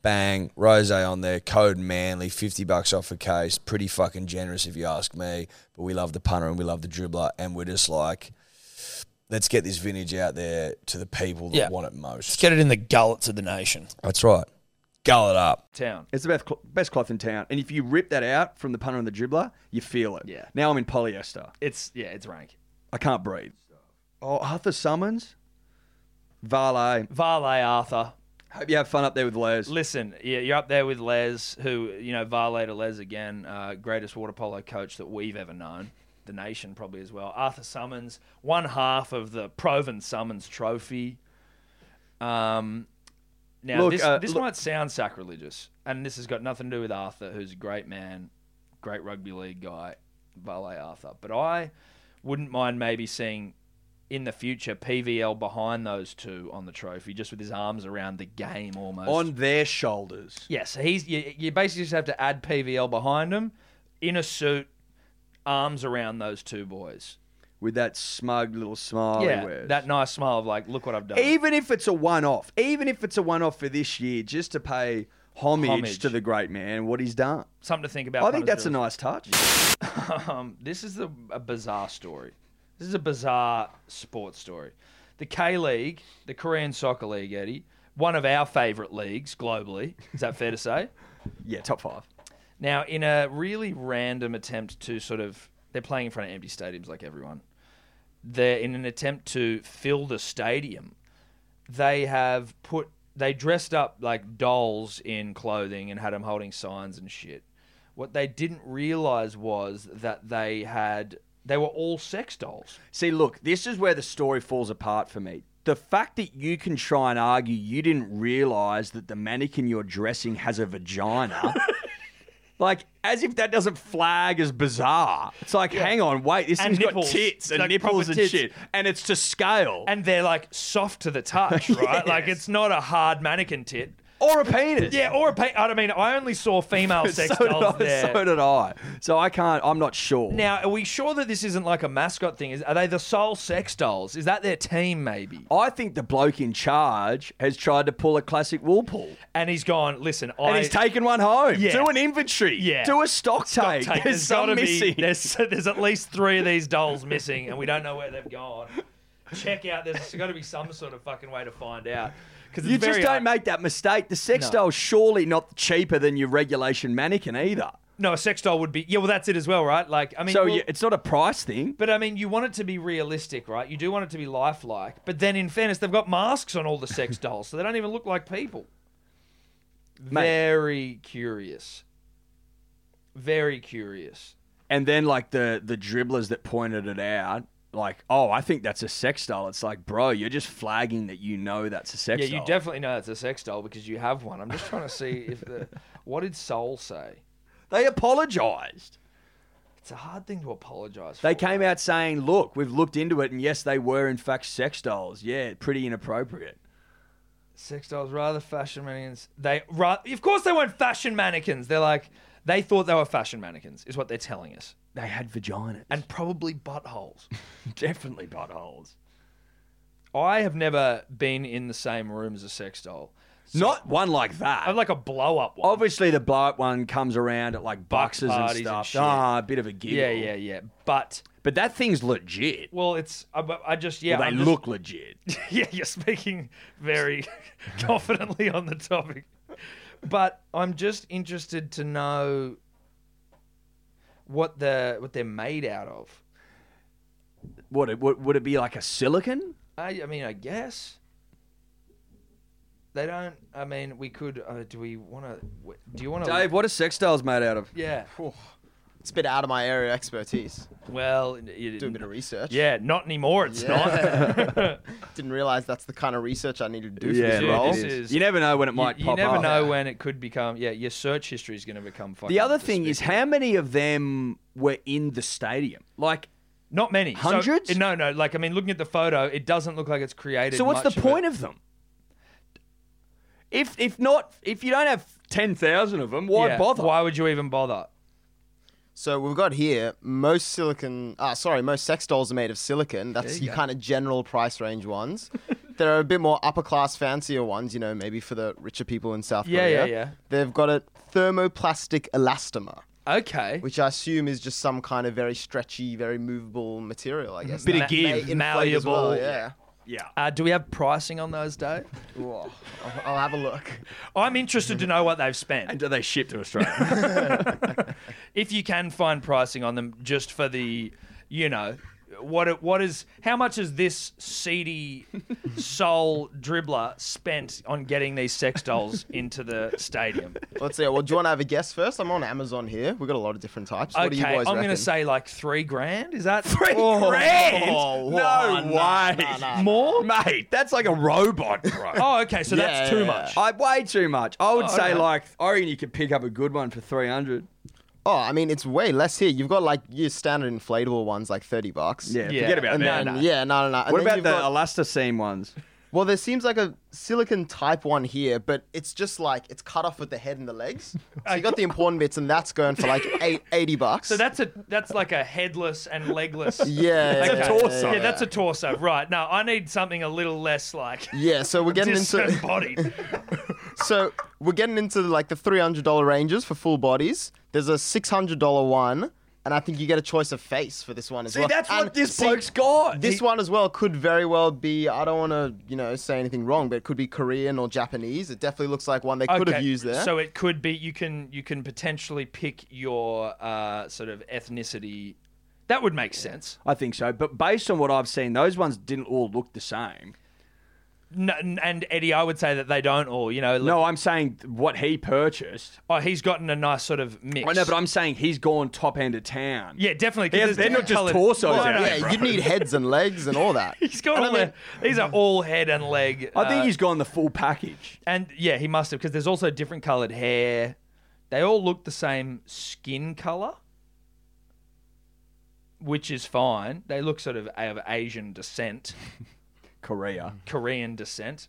S3: bang, rose on there, code manly, 50 bucks off a case. Pretty fucking generous if you ask me. But we love the punter and we love the dribbler. And we're just like, let's get this vintage out there to the people that
S2: Yeah.
S3: want it most.
S2: Get it in the gullets of the nation.
S3: That's right. Gull it up.
S6: town.
S5: It's the best, cl- best cloth in town. And if you rip that out from the punter and the dribbler, you feel it.
S6: Yeah.
S5: Now I'm in polyester.
S6: It's yeah, it's rank.
S5: I can't breathe. Oh, Arthur Summons, Valet,
S6: Valet Arthur.
S3: Hope you have fun up there with Les.
S2: Listen, yeah, you're up there with Les, who you know, Violator Les again, uh, greatest water polo coach that we've ever known, the nation probably as well. Arthur Summons, one half of the Proven Summons Trophy. Um, now
S3: Look,
S2: this
S3: uh,
S2: this
S3: look-
S2: might sound sacrilegious, and this has got nothing to do with Arthur, who's a great man, great rugby league guy, Valet Arthur. But I wouldn't mind maybe seeing in the future PVL behind those two on the trophy, just with his arms around the game almost.
S3: On their shoulders.
S2: Yes, he's you, you basically just have to add PVL behind him in a suit, arms around those two boys.
S3: With that smug little smile
S2: yeah,
S3: he wears.
S2: that nice smile of like, look what I've done.
S3: even if it's a one off, even if it's a one off for this year, just to pay homage,
S2: Homage.
S3: to the great man, what he's done.
S2: Something to think about.
S3: I think that's a
S2: Punters.
S3: nice touch.
S2: um, this is a, a bizarre story. This is a bizarre sports story. The K League, the Korean Soccer League, Eddie, one of our favourite leagues globally. Is that fair to say?
S3: Yeah, top five.
S2: Now, in a really random attempt to sort of, they're playing in front of empty stadiums like everyone. They're in an attempt to fill the stadium. They have put, they dressed up like dolls in clothing and had them holding signs and shit. What they didn't realize was that they had, they were all sex dolls.
S3: See, look, this is where the story falls apart for me. The fact that you can try and argue you didn't realize that the mannequin you're dressing has a vagina. Like, as if that doesn't flag as bizarre. It's like, hang on, wait, this
S2: And
S3: thing's
S2: nipples.
S3: got tits and
S2: Like,
S3: nipples
S2: proper
S3: and
S2: tits.
S3: shit. And it's to scale.
S2: And they're like soft to the touch, right? Like it's not a hard mannequin tit.
S3: or a penis.
S2: Yeah, or a pa- I mean, I only saw female sex
S3: Oh. so,
S2: dolls
S3: did I,
S2: there.
S3: so did I. So I can't, I'm not sure.
S2: Now, are we sure that this isn't like a mascot thing? Is, are they the sole sex dolls? Is that their team, maybe?
S3: I think the bloke in charge has tried to pull a classic wool pull.
S2: And he's gone, listen, I.
S3: And he's taken one home.
S2: Yeah.
S3: Do an inventory.
S2: Yeah.
S3: Do a stock,
S2: I'll
S3: take.
S2: take-
S3: There's, some
S2: gotta be-
S3: missing.
S2: there's, there's at least three of these dolls missing, and we don't know where they've gone. Check out, there's got to be some sort of fucking way to find out. Because
S3: You just don't make that mistake. The sex
S2: No.
S3: doll's surely not cheaper than your regulation mannequin either.
S2: No, a sex doll would be. Yeah, well, that's it as well, right? Like, I mean.
S3: So
S2: well-
S3: you, it's not a price thing.
S2: But I mean, you want it to be realistic, right? You do want it to be lifelike. But then, in fairness, they've got masks on all the sex dolls, so they don't even look like people. Very curious. Very curious.
S3: And then like the the dribblers that pointed it out, like, oh, I think that's a sex doll. It's like, bro, you're just flagging that you know that's a sex
S2: Yeah,
S3: doll.
S2: you definitely know that's a sex doll because you have one. I'm just trying to see if the. What did Soul say?
S3: they apologized.
S2: It's a hard thing to apologize for.
S3: They came out saying, look, we've looked into it, and yes, they were in fact sex dolls. Yeah, pretty inappropriate.
S2: Sex dolls, rather fashion mannequins. They, ra- of course, they weren't fashion mannequins. They're like, they thought they were fashion mannequins, is what they're telling us,
S3: They had vaginas
S2: and probably buttholes.
S3: definitely buttholes.
S2: I have never been in the same room as a sex doll.
S3: Not one like that.
S2: I'm like a blow up one.
S3: Obviously, the blow up one comes around at like
S2: Box
S3: boxes and
S2: parties and
S3: stuff.
S2: shit.
S3: Ah, a bit of a giggle.
S2: yeah, yeah, yeah. But
S3: But that thing's legit.
S2: well, it's I, I just yeah.
S3: Well,
S2: I'm
S3: they
S2: just-
S3: look legit.
S2: yeah, you're speaking very confidently on the topic. But I'm just interested to know what the what they're made out of.
S3: What, it- what would it be like a silicon?
S2: I, I mean, I guess they don't. I mean, we could. Uh, do we want to? Do you want to?
S3: Dave, what are sex dolls made out of?
S2: Yeah.
S4: It's a bit out of my area of expertise.
S2: Well, you
S4: Do a bit of research.
S2: Yeah, not anymore. It's not.
S4: Didn't realize that's the kind of research I needed to do for
S3: Yeah,
S4: this
S2: Dude,
S4: role.
S2: this is-
S3: you never know when it
S2: you,
S3: might
S2: you
S3: pop
S2: never
S3: up.
S2: know when it could become. Yeah, your search history is going to become. Fucking
S3: The other thing is,
S2: despicable.
S3: how many of them were in the stadium? Like,
S2: not many So-
S3: Hundreds?
S2: no, no. Like I mean, looking at the photo, it doesn't look like it's created.
S3: So what's
S2: much
S3: the point
S2: it.
S3: of, them? If if not if you don't have ten thousand of them, why
S2: Yeah,
S3: bother?
S2: Why would you even bother?
S4: So we've got here most silicon. Ah, sorry, most sex dolls are made of silicon. That's
S2: you
S4: your
S2: go.
S4: kind of general price range ones. there are a bit more upper class, fancier ones. You know, maybe for the richer people in South
S2: Yeah,
S4: Korea.
S2: yeah, yeah.
S4: They've got a thermoplastic elastomer,
S2: Okay.
S4: which I assume is just some kind of very stretchy, very movable material.
S2: Mm-hmm.
S4: I guess.
S3: Bit of
S4: That
S3: give,
S4: may inflate as well,
S2: malleable.
S4: yeah.
S3: Yeah.
S2: Uh, do we have pricing on those, Dave?
S4: Whoa. I'll- I'll have a look.
S2: I'm interested to know what they've spent.
S3: And do they ship to Australia?
S2: if you can find pricing on them, just for the, you know, what it- what is how much has this seedy soul dribbler spent on getting these sex dolls into the stadium?
S4: Let's see. Well, do you want to have a guess first? I'm on Amazon here. We've got a lot of different types. What do you
S2: okay,
S4: boys
S2: I'm going to
S4: reckon?
S2: say like three grand. Is that three
S7: grand?
S4: Oh,
S7: no
S4: wow, nah,
S7: way.
S4: nah, nah.
S2: more?
S7: Mate, that's like a robot, bro.
S2: Oh, okay, so that's
S4: Yeah,
S2: too
S4: yeah,
S2: much.
S7: I way too much. I would
S2: Oh,
S7: say
S2: okay.
S7: like I reckon you could pick up a good one for three hundred.
S4: Oh, I mean, it's way less here. You've got like your standard inflatable ones, like 30 bucks.
S7: Yeah,
S2: Yeah.
S7: forget about
S4: And
S7: that.
S4: then, yeah, no, no, no. And
S7: What
S4: then
S7: about
S4: you've
S7: the
S4: got-
S7: elasticine ones?
S4: Well, there seems like a silicon type one here, but it's just like it's cut off with the head and the legs. So you got the important bits, and that's going for like eight, 80 bucks.
S2: So that's a that's like a headless and legless.
S4: yeah,
S2: Okay.
S4: yeah,
S7: torso.
S2: Yeah, that's a torso. Right. No, I need something a little less like
S4: Yeah, so we're getting into
S2: disembodied.
S4: so we're getting into like the three hundred dollar ranges for full bodies. There's a six hundred dollar one, and I think you get a choice of face for this one as
S7: See,
S4: well.
S7: that's what
S4: And
S7: this
S4: see,
S7: bloke's got.
S4: This
S7: He-
S4: one as well could very well be. I don't want to you know say anything wrong, but it could be Korean or Japanese. It definitely looks like one they could have
S2: Okay,
S4: used there.
S2: So it could be you can you can potentially pick your uh, sort of ethnicity. That would make sense.
S7: I think so. But based on what I've seen, those ones didn't all look the same.
S2: No, and Eddie, I would say that they don't all. You know, like-
S7: No, I'm saying what he purchased.
S2: oh, he's gotten a nice sort of mix.
S7: I know, but I'm saying he's gone top end of town.
S2: yeah, definitely. 'cause
S7: Yeah,
S2: there's
S7: they're not just
S2: different
S7: torsos
S2: No,
S7: out
S2: no,
S7: there,
S4: yeah, you'd need heads and legs and all that.
S2: He's got
S4: And
S2: all
S4: I mean-
S2: the- these are all head and leg.
S7: I think
S2: uh,
S7: he's gone the full package.
S2: and yeah, he must have because there's also different coloured hair. They all look the same skin colour, which is fine. They look sort of of Asian descent.
S7: Korea.
S2: Korean descent.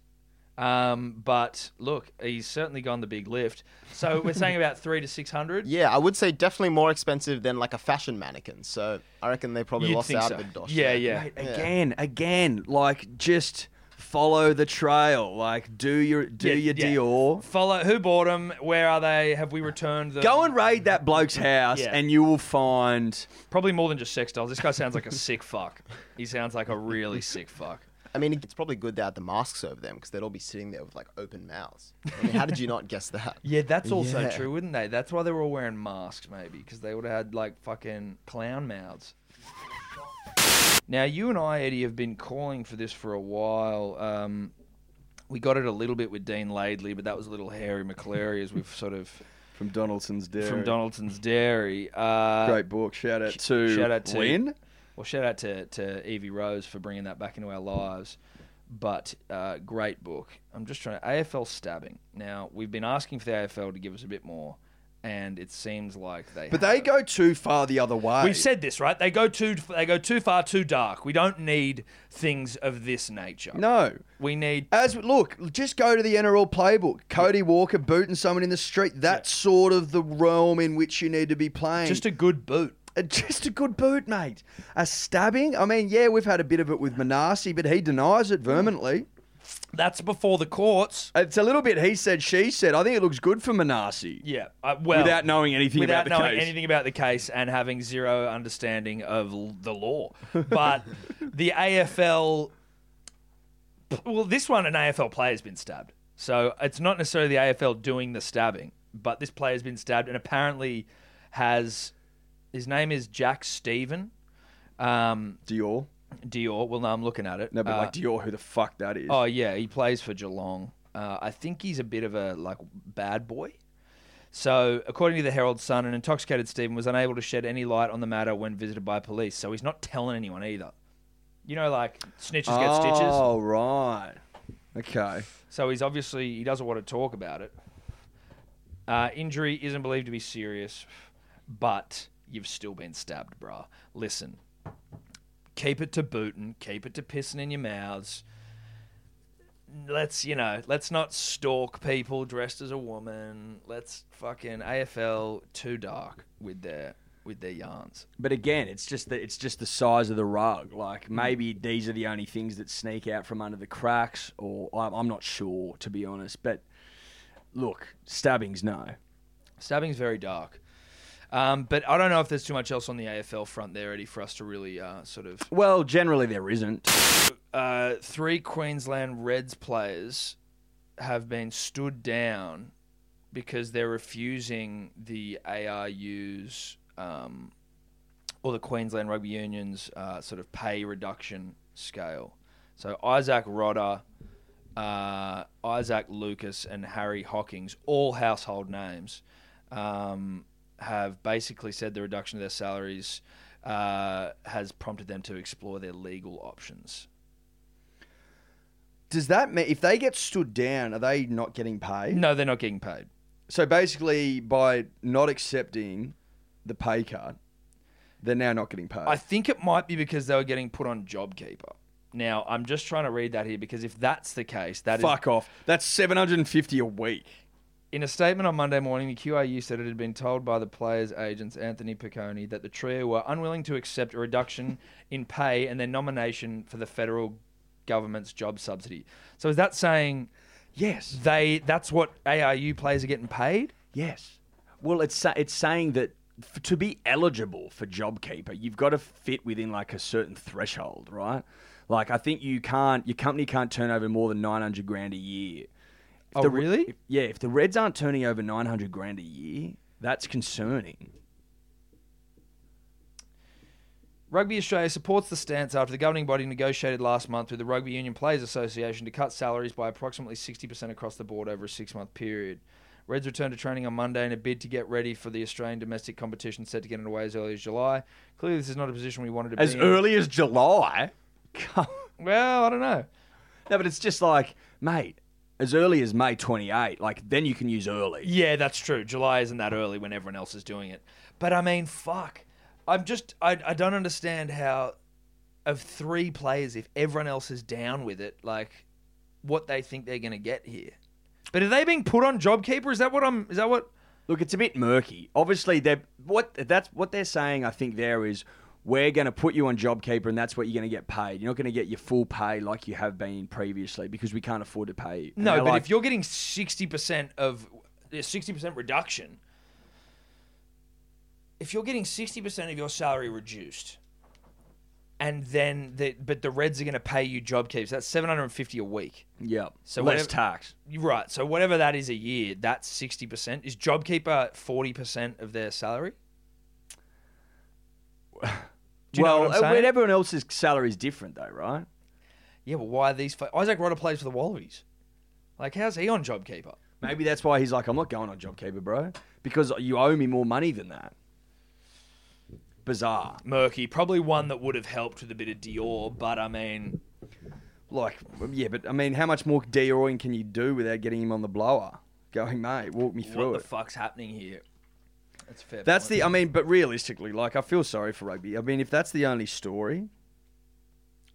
S2: Um, but look, he's certainly gone the big lift. So we're saying about three to six hundred.
S4: Yeah, I would say definitely more expensive than like a fashion mannequin. So I reckon they probably
S2: You'd
S4: lost
S2: think
S4: out
S2: so.
S4: a bit of dosh.
S2: Yeah,
S4: there.
S2: yeah.
S7: Mate, again, again, like just follow the trail. Like do your do
S2: Yeah,
S7: your
S2: yeah.
S7: Dior.
S2: Follow who bought them. Where are they? Have we returned them?
S7: Go and raid that bloke's house,
S2: Yeah.
S7: and you will find.
S2: Probably more than just sex dolls. This guy sounds like a sick fuck. He sounds like a really sick fuck.
S4: I mean, it's probably good they had the masks over them because they'd all be sitting there with like open mouths. I mean, how did you not guess that?
S2: Yeah, that's also
S4: Yeah.
S2: true, wouldn't they? That's why they were all wearing masks, maybe, because they would have had like fucking clown mouths. Now, you and I, Eddie, have been calling for this for a while. Um, we got it a little bit with Dean Laidley, but that was a little Harry McCleary, as we've sort of
S7: From Donaldson's Dairy.
S2: from Donaldson's Dairy. Uh,
S7: Great book. Shout out to
S2: shout out to-
S7: Lynn.
S2: Well, shout out to, to Evie Rose for bringing that back into our lives. But uh, great book. I'm just trying to. AFL stabbing. Now, we've been asking for the AFL to give us a bit more, and it seems like they.
S8: But they
S2: haven't.
S8: go too far the other way.
S2: We've said this, right? They go too they go too far, too dark. We don't need things of this nature.
S8: no.
S2: We need
S8: As look, just go to the NRL playbook. Cody Walker booting someone in the street. That's sort of the realm in which you need to be playing.
S2: just a good boot.
S8: Uh, just a good boot, mate. A stabbing. I mean, yeah, we've had a bit of it with Manasi, but he denies it vehemently.
S2: That's before the courts.
S8: It's a little bit he said, she said. I think it looks good for Manasi.
S2: Yeah. Uh, well,
S7: Without knowing anything
S2: without
S7: about the
S2: knowing
S7: case.
S2: anything about the case and having zero understanding of l- the law. But the AFL, well, this one an AFL player has been stabbed, so it's not necessarily the AFL doing the stabbing, but this player has been stabbed and apparently has his name is Jack Stephen um,
S7: Dior.
S2: Dior. Well, no, I'm looking at it.
S7: No, but
S2: Uh,
S7: like Dior, who the fuck that is?
S2: Oh yeah, he plays for Geelong. Uh, I think he's a bit of a like bad boy. So, according to the Herald Sun, an intoxicated Stephen was unable to shed any light on the matter when visited by police. So he's not telling anyone either. You know, like snitches get stitches.
S7: Oh right. Okay.
S2: So he's obviously he doesn't want to talk about it. Uh, injury isn't believed to be serious, but you've still been stabbed, bruh. Listen, keep it to booting, keep it to pissing in your mouths. Let's you know, let's not stalk people dressed as a woman. Let's fucking AFL too dark with their with their yarns.
S7: But again, it's just the, it's just the size of the rug. Like maybe these are the only things that sneak out from under the cracks, or I'm, I'm not sure to be honest. But look, stabbings, no.
S2: Stabbing's very dark. Um, but I don't know if there's too much else on the AFL front there, Eddie, for us to really uh, sort of
S7: Well, generally there isn't.
S2: uh, three Queensland Reds players have been stood down because they're refusing the ARU's um, or the Queensland Rugby Union's uh, sort of pay reduction scale. So Isaac Rodder, uh, Isaac Lucas, and Harry Hockings, all household names, um, have basically said the reduction of their salaries uh, has prompted them to explore their legal options.
S3: Does that mean if they get stood down, are they not getting paid?
S2: No, they're not getting paid.
S3: So basically, by not accepting the pay cut, they're now not getting paid.
S2: I think it might be because they were getting put on JobKeeper. Now, I'm just trying to read that here because if that's the case, that is
S3: Fuck off. That's seven hundred and fifty a week.
S2: In a statement on Monday morning, the QRU said it had been told by the players' agents, Anthony Piccone, that the trio were unwilling to accept a reduction in pay and their nomination for the federal government's job subsidy. So is that saying
S3: Yes.
S2: they that's what ARU players are getting paid?
S3: Yes.
S7: Well, it's sa- it's saying that f- to be eligible for JobKeeper, you've got to fit within like a certain threshold, right? Like I think you can't your company can't turn over more than nine hundred grand a year. If
S2: Oh,
S7: the Re-
S2: really?
S7: if- yeah. If the Reds aren't turning over nine hundred grand a year, that's concerning.
S2: Rugby Australia supports the stance after the governing body negotiated last month with the Rugby Union Players Association to cut salaries by approximately 60% across the board over a six month period. Reds returned to training on Monday in a bid to get ready for the Australian domestic competition set to get underway as early as July. Clearly, this is not a position we wanted to
S7: As
S2: be
S7: early as July. Come-
S2: in. Well, I don't know.
S7: no, but it's just like, mate. As early as May twenty eight, like then you can use early.
S2: Yeah, that's true. July isn't that early when everyone else is doing it. But I mean, fuck. I'm just, I, I don't understand how, of three players, if everyone else is down with it, like, what they think they're going to get here. But are they being put on JobKeeper? Is that what I'm, is that what?
S7: Look, it's a bit murky. Obviously, they're what that's what they're saying. I think there is we're going to put you on JobKeeper, and that's what you're going to get paid. You're not going to get your full pay like you have been previously because we can't afford to pay you. And
S2: No,
S7: they're
S2: but
S7: like,
S2: if you're getting 60% of, yeah, 60% reduction, if you're getting 60% of your salary reduced, and then the, but the Reds are going to pay you JobKeeper, that's 750 a week.
S7: yeah,
S2: So
S7: so less
S2: whatever-
S7: tax.
S2: You're Right. So whatever that is a year, that's sixty percent. Is JobKeeper forty percent of their salary? Do you know
S7: well,
S2: what I'm
S7: uh,
S2: saying?
S7: everyone else's salary is different, though, right?
S2: Yeah, but why are these? Fa- Isaac Rodder plays for the Wallabies. Like, how's he on JobKeeper?
S7: Maybe that's why he's like, I'm not going on JobKeeper, bro, because you owe me more money than that. Bizarre.
S2: Murky, probably one that would have helped with a bit of Dior, but I mean,
S3: Like, yeah, but I mean, how much more de-oiling can you do without getting him on the blower? Going, mate, walk me through
S2: what the
S3: it.
S2: fuck's happening here? That's um, a fair.
S3: That's
S2: point.
S3: the. I mean, but realistically, like, I feel sorry for rugby. I mean, if that's the only story,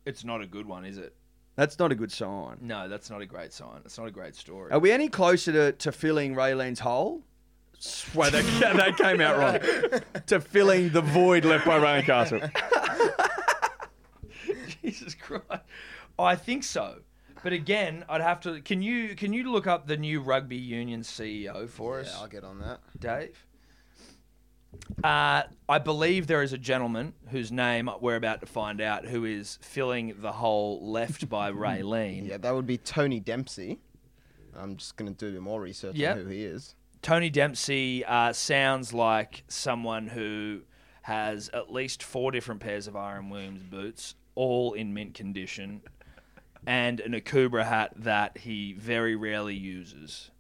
S2: It's not a good one, is it?
S3: that's not a good sign.
S2: No, that's not a great sign. It's not a great story.
S3: Are we any closer to, to filling Raylan's hole? Swear that, that came out wrong. to filling the void left by Ryan Castle.
S2: Jesus Christ. I think so. But again, I'd have to. Can you can you look up the new rugby union CEO for us?
S4: Yeah, I'll get on that.
S2: Dave. Uh, I believe there is a gentleman whose name we're about to find out who is filling the hole left by Raylene.
S4: Yeah, that would be Tony Dempsey. I'm just gonna do more research
S2: Yep.
S4: on who he is.
S2: Tony Dempsey uh, sounds like someone who has at least four different pairs of Iron Williams boots, all in mint condition, and an Akubra hat that he very rarely uses.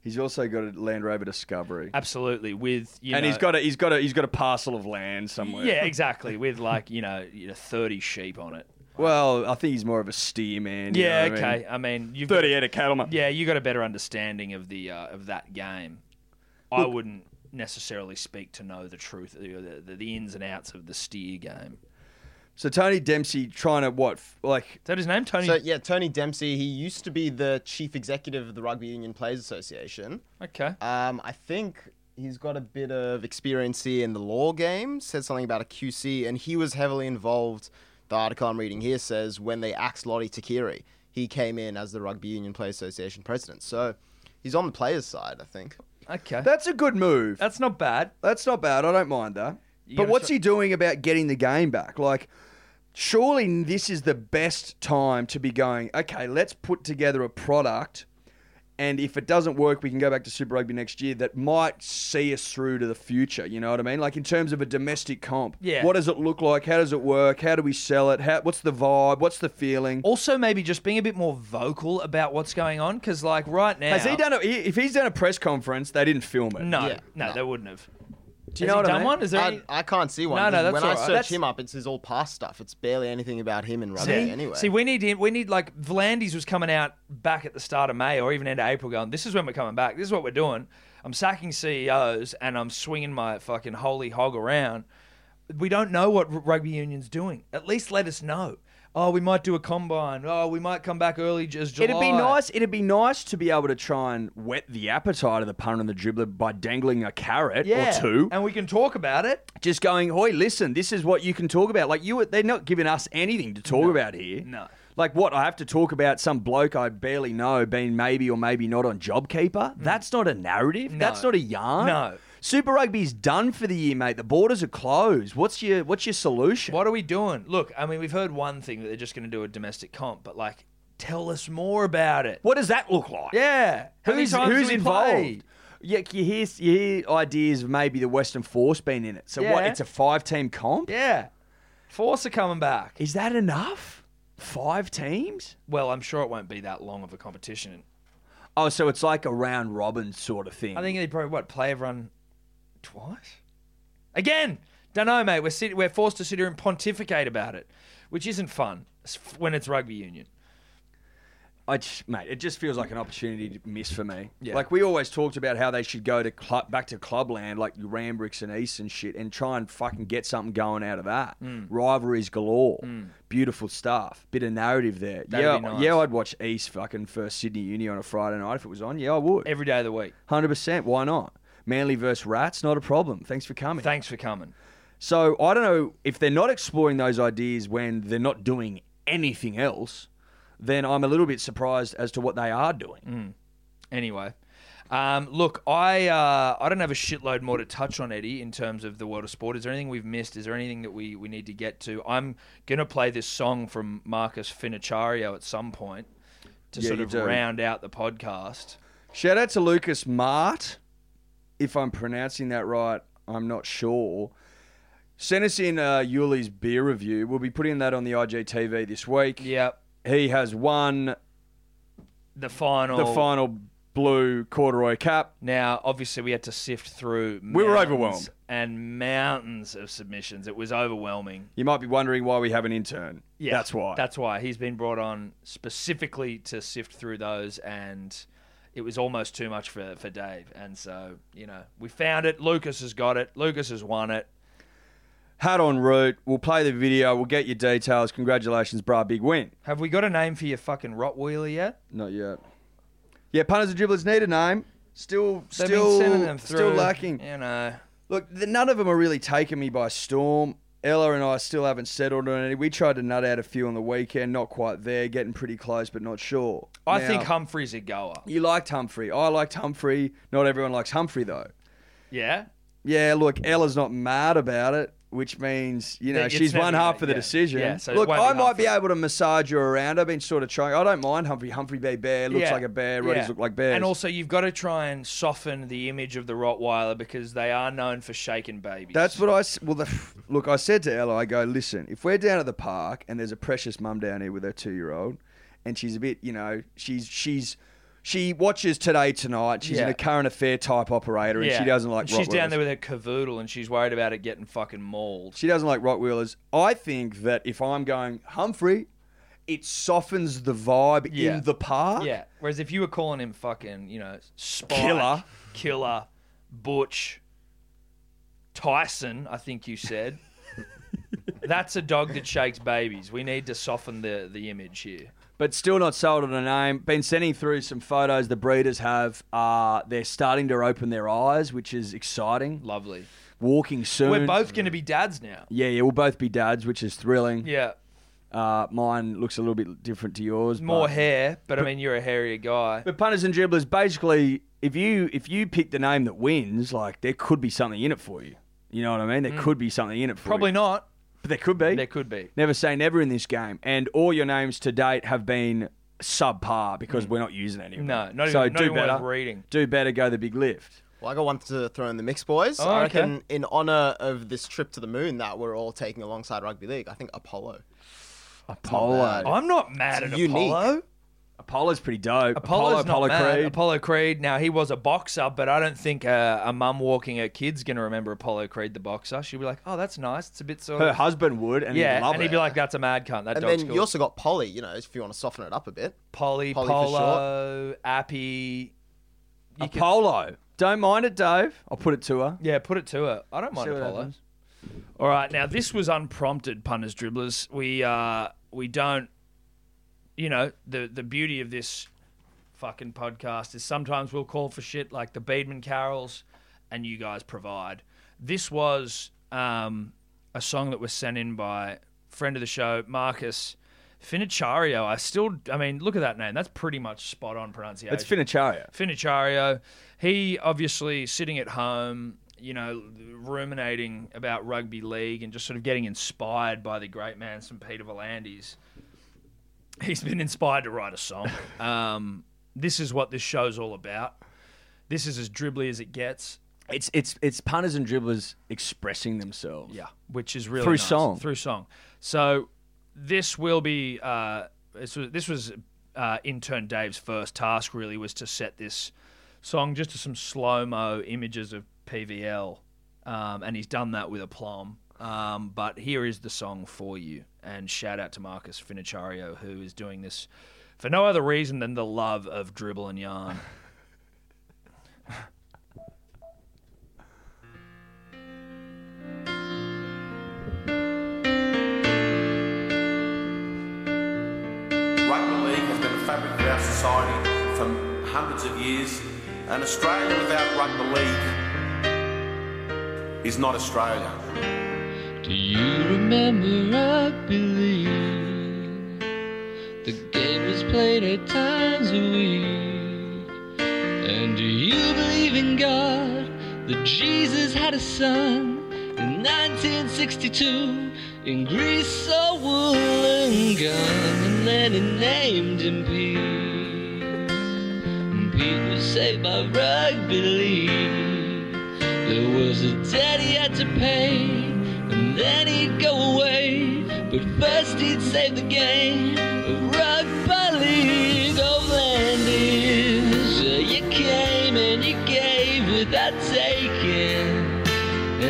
S3: He's also got a Land Rover Discovery,
S2: Absolutely, with you
S3: and
S2: know,
S3: he's got a he's got a he's got a parcel of land somewhere.
S2: yeah, exactly, with like you know, you know thirty sheep on it.
S3: Well, I think he's more of a steer man. you
S2: Yeah,
S3: know what I mean?
S2: okay. I mean, you've
S3: Thirty head of cattleman.
S2: Yeah, you got a better understanding of the uh, of that game. I wouldn't necessarily speak to know the truth, the, the, the ins and outs of the steer game.
S3: So Tony Dempsey trying to what f- like
S2: Is that his name, Tony?
S4: So yeah, Tony Dempsey. He used to be the chief executive of the Rugby Union Players Association.
S2: okay.
S4: Um, I think he's got a bit of experience here in the law game. Said something about a QC, and he was heavily involved. The article I'm reading here says when they axed Lottie Takiri, he came in as the Rugby Union Players Association president. So he's on the players' side, I think.
S2: Okay.
S3: that's a good move.
S2: That's not bad.
S3: That's not bad. I don't mind that. But
S2: gotta
S3: what's
S2: try-
S3: he doing about getting the game back? Like, surely this is the best time to be going. Okay, let's put together a product
S7: And if it doesn't work, we can go back to Super Rugby next year. That might see us through to the future. You know what I mean? Like in terms of a domestic comp.
S2: Yeah.
S7: What does it look like? How does it work? How do we sell it? How, what's the vibe? What's the feeling?
S2: Also, maybe just being a bit more vocal about what's going on, because like right now,
S7: Has he done a, he- if he's done a press conference, they didn't film it.
S2: No,
S4: Yeah,
S2: no,
S4: no.
S2: they wouldn't have. Do
S7: you
S2: he
S7: know what I
S2: done
S7: mean?
S2: one? Is there any?
S4: I, I can't see one.
S2: No, no, that's
S4: when
S2: all
S4: I
S2: right.
S4: search
S2: That's-
S4: him up, it's his all past stuff. It's barely anything about him in rugby
S2: See,
S4: anyway.
S2: see, we need him. We need like Vlandis was coming out back at the start of May or even end of April, going, "This is when we're coming back. This is what we're doing. I'm sacking CEOs and I'm swinging my fucking holy hog around. We don't know what r- rugby union's doing. At least let us know. Oh, we might do a combine. Oh, we might come back early j- as July.
S7: It'd be nice. It'd be nice to be able to try and whet the appetite of the punter and the dribbler by dangling a carrot
S2: yeah,
S7: or two.
S2: and we can talk about it.
S7: just going, "Hoy, listen, this is what you can talk about." Like you, were- they're not giving us anything to talk about here.
S2: No.
S7: Like what I have to talk about some bloke I barely know being maybe or maybe not on JobKeeper. That's not a narrative. That's not a yarn.
S2: Mm. No.
S7: Super Rugby's done for the year, mate. The borders are closed. What's your What's your solution?
S2: What are we doing? Look, I mean, we've heard one thing that they're just going to do a domestic comp, but like, tell us more about it.
S7: What does that look like?
S2: Yeah, How many
S7: Who's
S2: times do
S7: Who's
S2: we
S7: involved?
S2: play?
S7: Yeah, you hear you hear ideas of maybe the Western Force being in it. So what?
S2: Yeah.
S7: It's a five team comp.
S2: Yeah. Force are coming back.
S7: Is that enough? Five teams?
S2: Well, I'm sure it won't be that long of a competition.
S7: Oh, so it's like a round robin sort of thing.
S2: I think they probably what play everyone twice. Again, don't know, mate. We're sit- we're forced to sit here and pontificate about it, which isn't fun s- when it's rugby union.
S7: I just, mate, it just feels like an opportunity to miss for me. Like we always talked about how they should go to club, back to clubland, like Rambricks and East and shit, and try and fucking get something going out of that.
S2: Hmm.
S7: Rivalries galore, beautiful stuff, bit of narrative there.
S2: That'd
S7: yeah,
S2: be nice.
S7: yeah, I'd watch East fucking first Sydney Uni on a Friday night if it was on. Yeah, I would.
S2: Every day of the week.
S7: Hundred percent. Why not? Manly versus Rats, not a problem. Thanks for coming.
S2: Thanks for coming.
S7: So I don't know if they're not exploring those ideas when they're not doing anything else, then I'm a little bit surprised as to what they are doing.
S2: Anyway, um, look, I uh, I don't have a shitload more to touch on Eddie in terms of the world of sport. Is there anything we've missed? Is there anything that we, we need to get to? I'm gonna play this song from Marcus Finichario at some point to
S7: Yeah,
S2: sort
S7: you
S2: of
S7: do.
S2: round out the podcast.
S7: Shout out to Lucas Mart. If I'm pronouncing that right, I'm not sure. Send us in uh, Yuli's beer review. We'll be putting that on the IGTV this week.
S2: Yep.
S7: He has won
S2: The final.
S7: the final blue corduroy cap.
S2: Now, obviously, we had to sift through.
S7: We were
S2: mountains
S7: overwhelmed.
S2: And mountains of submissions. It was overwhelming.
S7: You might be wondering why we have an intern.
S2: Yeah,
S7: That's why.
S2: That's why he's been brought on specifically to sift through those, and it was almost too much for for Dave. And so, you know, we found it. Lucas has got it. Lucas has won it.
S7: Hat on route. We'll play the video. We'll get your details. Congratulations, brah. Big win.
S2: Have we got a name for your fucking Rottweiler yet?
S7: Not yet. Yeah, punters and dribblers need a name. Still,
S2: They've
S7: still,
S2: been sending them through.
S7: still lacking.
S2: You know.
S7: Look, th none of them are really taking me by storm. Ella and I still haven't settled on any. We tried to nut out a few on the weekend. Not quite there. Getting pretty close, but not sure.
S2: I
S7: Now,
S2: think Humphrey's a goer.
S7: you liked Humphrey. I liked Humphrey. Not everyone likes Humphrey though.
S2: Yeah?
S7: Yeah, look, Ella's not mad about it, which means you know
S2: It's
S7: she's one
S2: never
S7: half
S2: gonna-
S7: for the
S2: yeah,
S7: decision.
S2: yeah, so it
S7: look,
S2: won't be
S7: I might
S2: Humphrey.
S7: be able to massage you around. I've been sort of trying. I don't mind Humphrey. Humphrey Bay Bear looks
S2: Yeah.
S7: like a bear. Roddy's
S2: Yeah.
S7: look like bears.
S2: And also, you've got to try and soften the image of the Rottweiler because they are known for shaking babies.
S7: That's what I s- well. The, look, I said to Ella, I go, listen, if we're down at the park and there's a precious mum down here with her two year old, and she's a bit, you know, she's she's she watches today tonight. She's in
S2: Yeah.
S7: a current affair type operator, and
S2: Yeah.
S7: she doesn't like.
S2: And She's down
S7: Rottweilers.
S2: there with her cavoodle, and she's worried about it getting fucking mauled.
S7: She doesn't like Rottweilers. I think that if I'm going Humphrey, it softens the vibe
S2: Yeah.
S7: in the park.
S2: yeah. Whereas if you were calling him fucking, you know, Spike,
S7: Killer.
S2: killer, butch, Tyson, I think you said. That's a dog that shakes babies. We need to soften the, the image here.
S7: But still not sold on a name. Been sending through some photos the breeders have. Uh, they're starting to open their eyes, which is exciting.
S2: Lovely.
S7: Walking soon.
S2: We're both going to be dads now.
S7: Yeah, yeah, we'll both be dads, which is thrilling.
S2: Yeah.
S7: Uh, mine looks a little bit different to yours.
S2: More
S7: but-
S2: hair, but I mean, you're a hairier guy.
S7: But punters and dribblers, basically, if you if you pick the name that wins, like there could be something in it for you. You know what I mean? There could be something in it for
S2: Mm. Probably
S7: you.
S2: not.
S7: But there could be.
S2: There could be.
S7: Never say never in this game. And all your names to date have been subpar because we're not using any of it.
S2: Mm. No, not
S7: so
S2: even- not
S7: do
S2: even worth
S7: better.
S2: reading.
S7: Do better. Go the big lift.
S4: Well, I got one to throw in the mix, boys.
S2: Oh,
S4: I
S2: okay.
S4: reckon in honor of this trip to the moon that we're all taking alongside rugby league, I think Apollo.
S7: Apollo.
S2: I'm not mad
S4: It's
S2: at
S4: unique.
S2: Apollo.
S7: Apollo's pretty dope.
S2: Apollo's
S7: Apollo,
S2: not
S7: Apollo
S2: mad.
S7: Creed.
S2: Apollo Creed. Now he was a boxer, but I don't think uh, a mum walking her kid's gonna remember Apollo Creed the boxer. She'll be like, "Oh, that's nice. It's a bit sort
S7: Her
S2: of
S7: husband would, and
S2: yeah,"
S7: he'd love
S2: and
S7: it.
S2: he'd be like, "That's a mad cunt. That
S4: And
S2: dog's
S4: then
S2: cool."
S4: you also got Polly, you know, if you want to soften it up a bit.
S2: Polly,
S4: Polly for
S2: Polo, Appy. You can-
S7: Apollo. Don't mind it, Dave. I'll put it to her.
S2: yeah, put it to her. I don't mind
S7: See what
S2: Apollo.
S7: happens.
S2: All right, now this was unprompted, punters, dribblers. We uh, we don't, you know, the the beauty of this fucking podcast is sometimes we'll call for shit like the Beedman carols, and you guys provide. This was um, a song that was sent in by friend of the show Marcus Finichario. I still, I mean, look at that name. That's pretty much spot on pronunciation.
S7: It's Finicharia.
S2: Finichario. He obviously sitting at home, you know, ruminating about rugby league and just sort of getting inspired by the great man, St. Peter Volandis. He's been inspired to write a song. Um, this is what this show's all about. This is as dribbly as it gets.
S7: It's it's it's punters and dribblers expressing themselves.
S2: Yeah, which is really
S7: Through
S2: nice.
S7: song.
S2: Through song. So this will be uh, this was this was uh, intern Dave's first task. Really was to set this song just to some slow mo images of PVL, um, and he's done that with aplomb. Um, but here is the song for you, and shout out to Marcus Finichario who is doing this for no other reason than the love of dribble and yarn.
S9: Rugby league has been a fabric of our society for hundreds of years, and Australia without rugby league is not Australia.
S10: Do you remember, I believe the game was played eight times a week? And do you believe in God that Jesus had a son in 1962 in Greece, a woolen gun, and then he named him Pete? And Pete was saved by rugby league. There was a debt he had to pay, and then he'd go away. But first he'd save the game of rugby league. Overland is. Uh, You came and you gave without taking,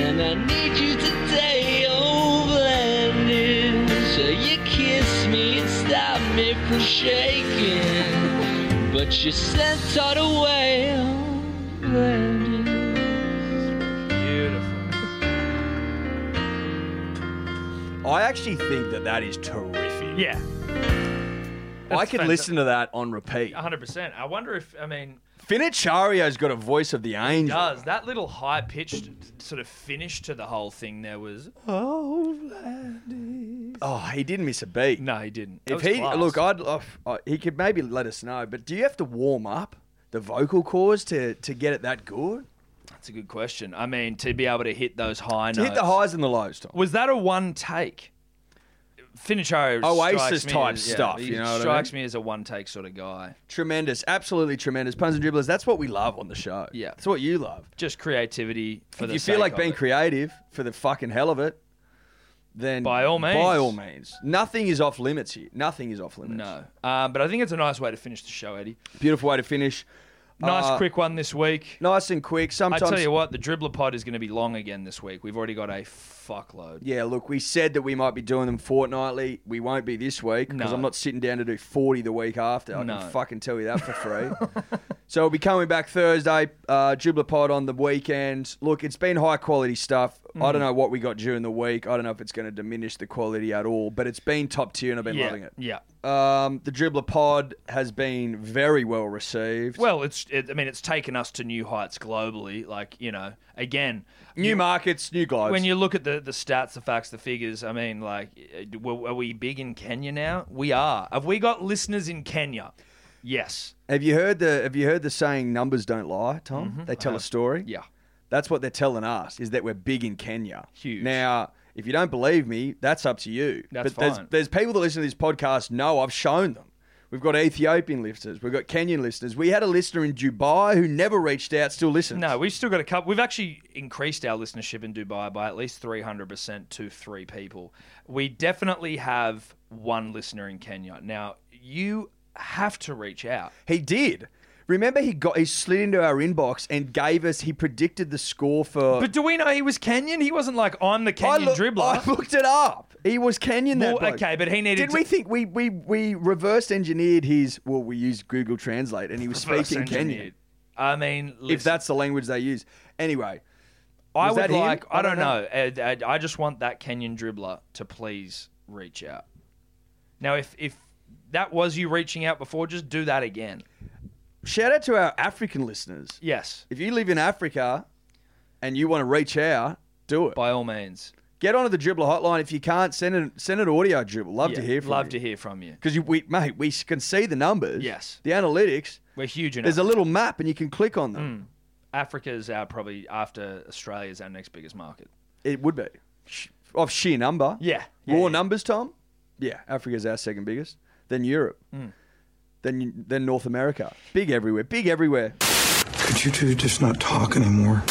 S10: and I need you today. Overland is. Uh, You kiss me and stop me from shaking, but you sent Todd away. Overland is.
S2: Beautiful.
S7: I actually think that that is terrific.
S2: Yeah,
S7: I
S2: that's Uh-huh.
S7: could
S2: fanta-
S7: listen to that on repeat.
S2: 100%. I wonder if I mean.
S7: Finicharia's got a voice of the angel.
S2: does. That little high pitched sort of finish to the whole thing there was.
S7: Oh, he didn't miss a beat.
S2: No, he didn't. That
S7: If
S2: was
S7: he
S2: class.
S7: look, I'd love. Uh, he could maybe let us know. But do you have to warm up the vocal cords to to get it that good?
S2: That's a good question. I mean, to be able to hit those high
S7: To
S2: notes.
S7: hit the highs and the lows, Tom.
S2: Was that a one take? Finicharo
S7: Oasis
S2: strikes me
S7: type
S2: as-
S7: stuff,
S2: He
S7: you know what I
S2: strikes me as a one take sort of guy.
S7: Tremendous, absolutely tremendous. Puns and dribblers. That's what we love on the show.
S2: Yeah.
S7: that's what you love.
S2: Just creativity for
S7: if
S2: the
S7: you feel
S2: sake
S7: like
S2: of
S7: being
S2: it.
S7: creative for the fucking hell of it, then
S2: By all means.
S7: by all means, nothing is off limits here. Nothing is off limits.
S2: No, um, but I think it's a nice way to finish the show, Eddie.
S7: beautiful way to finish.
S2: Nice
S7: Uh,
S2: quick one this week.
S7: nice and quick.
S2: I
S7: Sometimes,
S2: tell you what, the dribbler pod is going to be long again this week. We've already got a fuckload.
S7: yeah. Look, we said that we might be doing them fortnightly. We won't be this week because
S2: No.
S7: I'm not sitting down to do 40 the week after. I
S2: No.
S7: can fucking tell you that for free. so we'll be coming back Thursday. Uh, Dribbler pod on the weekend. Look, it's been high quality stuff. I
S2: Mm.
S7: don't know what we got during the week. I don't know if it's going to diminish the quality at all, but it's been top tier and I've been
S2: yeah,
S7: loving it.
S2: yeah.
S7: Um, the Dribbler Pod has been very well received.
S2: Well, it's. It, I mean, it's taken us to new heights globally. Like you know, again,
S7: new markets, new globes.
S2: when you look at the the stats, the facts, the figures. I mean, like, eh, w- are we big in Kenya now? We are. Have we got listeners in Kenya? Yes.
S7: have you heard the Have you heard the saying "numbers don't lie"? Tom, they tell a story.
S2: Mm-hmm. Yeah.
S7: that's what they're telling us is that we're big in Kenya.
S2: Huge.
S7: Now, if you don't believe me, that's up to you.
S2: That's
S7: but there's
S2: fine.
S7: there's people that listen to this podcast know I've shown them. We've got Ethiopian listeners. We've got Kenyan listeners. We had a listener in Dubai who never reached out, still listens.
S2: No, we've still got a couple. We've actually increased our listenership in Dubai by at least 300% to three people. We definitely have one listener in Kenya. Now, you have to reach out.
S7: He did. Remember, he got he slid into our inbox and gave us. He predicted the score for.
S2: But do we know he was Kenyan? He wasn't like, I'm the Kenyan
S7: loo-
S2: dribbler.
S7: I looked it up. He was Kenyan. That
S2: Well,
S7: bloke.
S2: okay, but he needed
S7: Did
S2: to-
S7: we think we we we reverse engineered his? Well, we used Google Translate, and he was
S2: Reverse
S7: speaking Kenyan.
S2: engineered. I mean, listen,
S7: If that's the language they use, anyway.
S2: I
S7: was
S2: would
S7: that him?
S2: like, I don't know. I, I- I just want that Kenyan dribbler to please reach out. Now, if, if that was you reaching out before, just do that again.
S7: Shout out to our African listeners.
S2: Yes,
S7: If you live in Africa, and you want to reach out, do it.
S2: by all means.
S7: Get onto the dribbler hotline. If you can't send an send an audio dribble. Love to
S2: Yeah,
S7: hear from
S2: love
S7: you.
S2: to hear from you.
S7: Because we, mate, we can see the numbers.
S2: Yes.
S7: The analytics.
S2: We're huge in
S7: There's a little map, and you can click on them.
S2: Africa's our probably after Australia's our next biggest market.
S7: It would be Sh- of sheer number.
S2: Yeah, yeah,
S7: Raw
S2: yeah.
S7: numbers, Tom. Yeah, Africa's our second biggest. Then Europe.
S2: Hmm.
S7: Then then North America. Big everywhere. Big everywhere.
S11: Could you two just not talk anymore?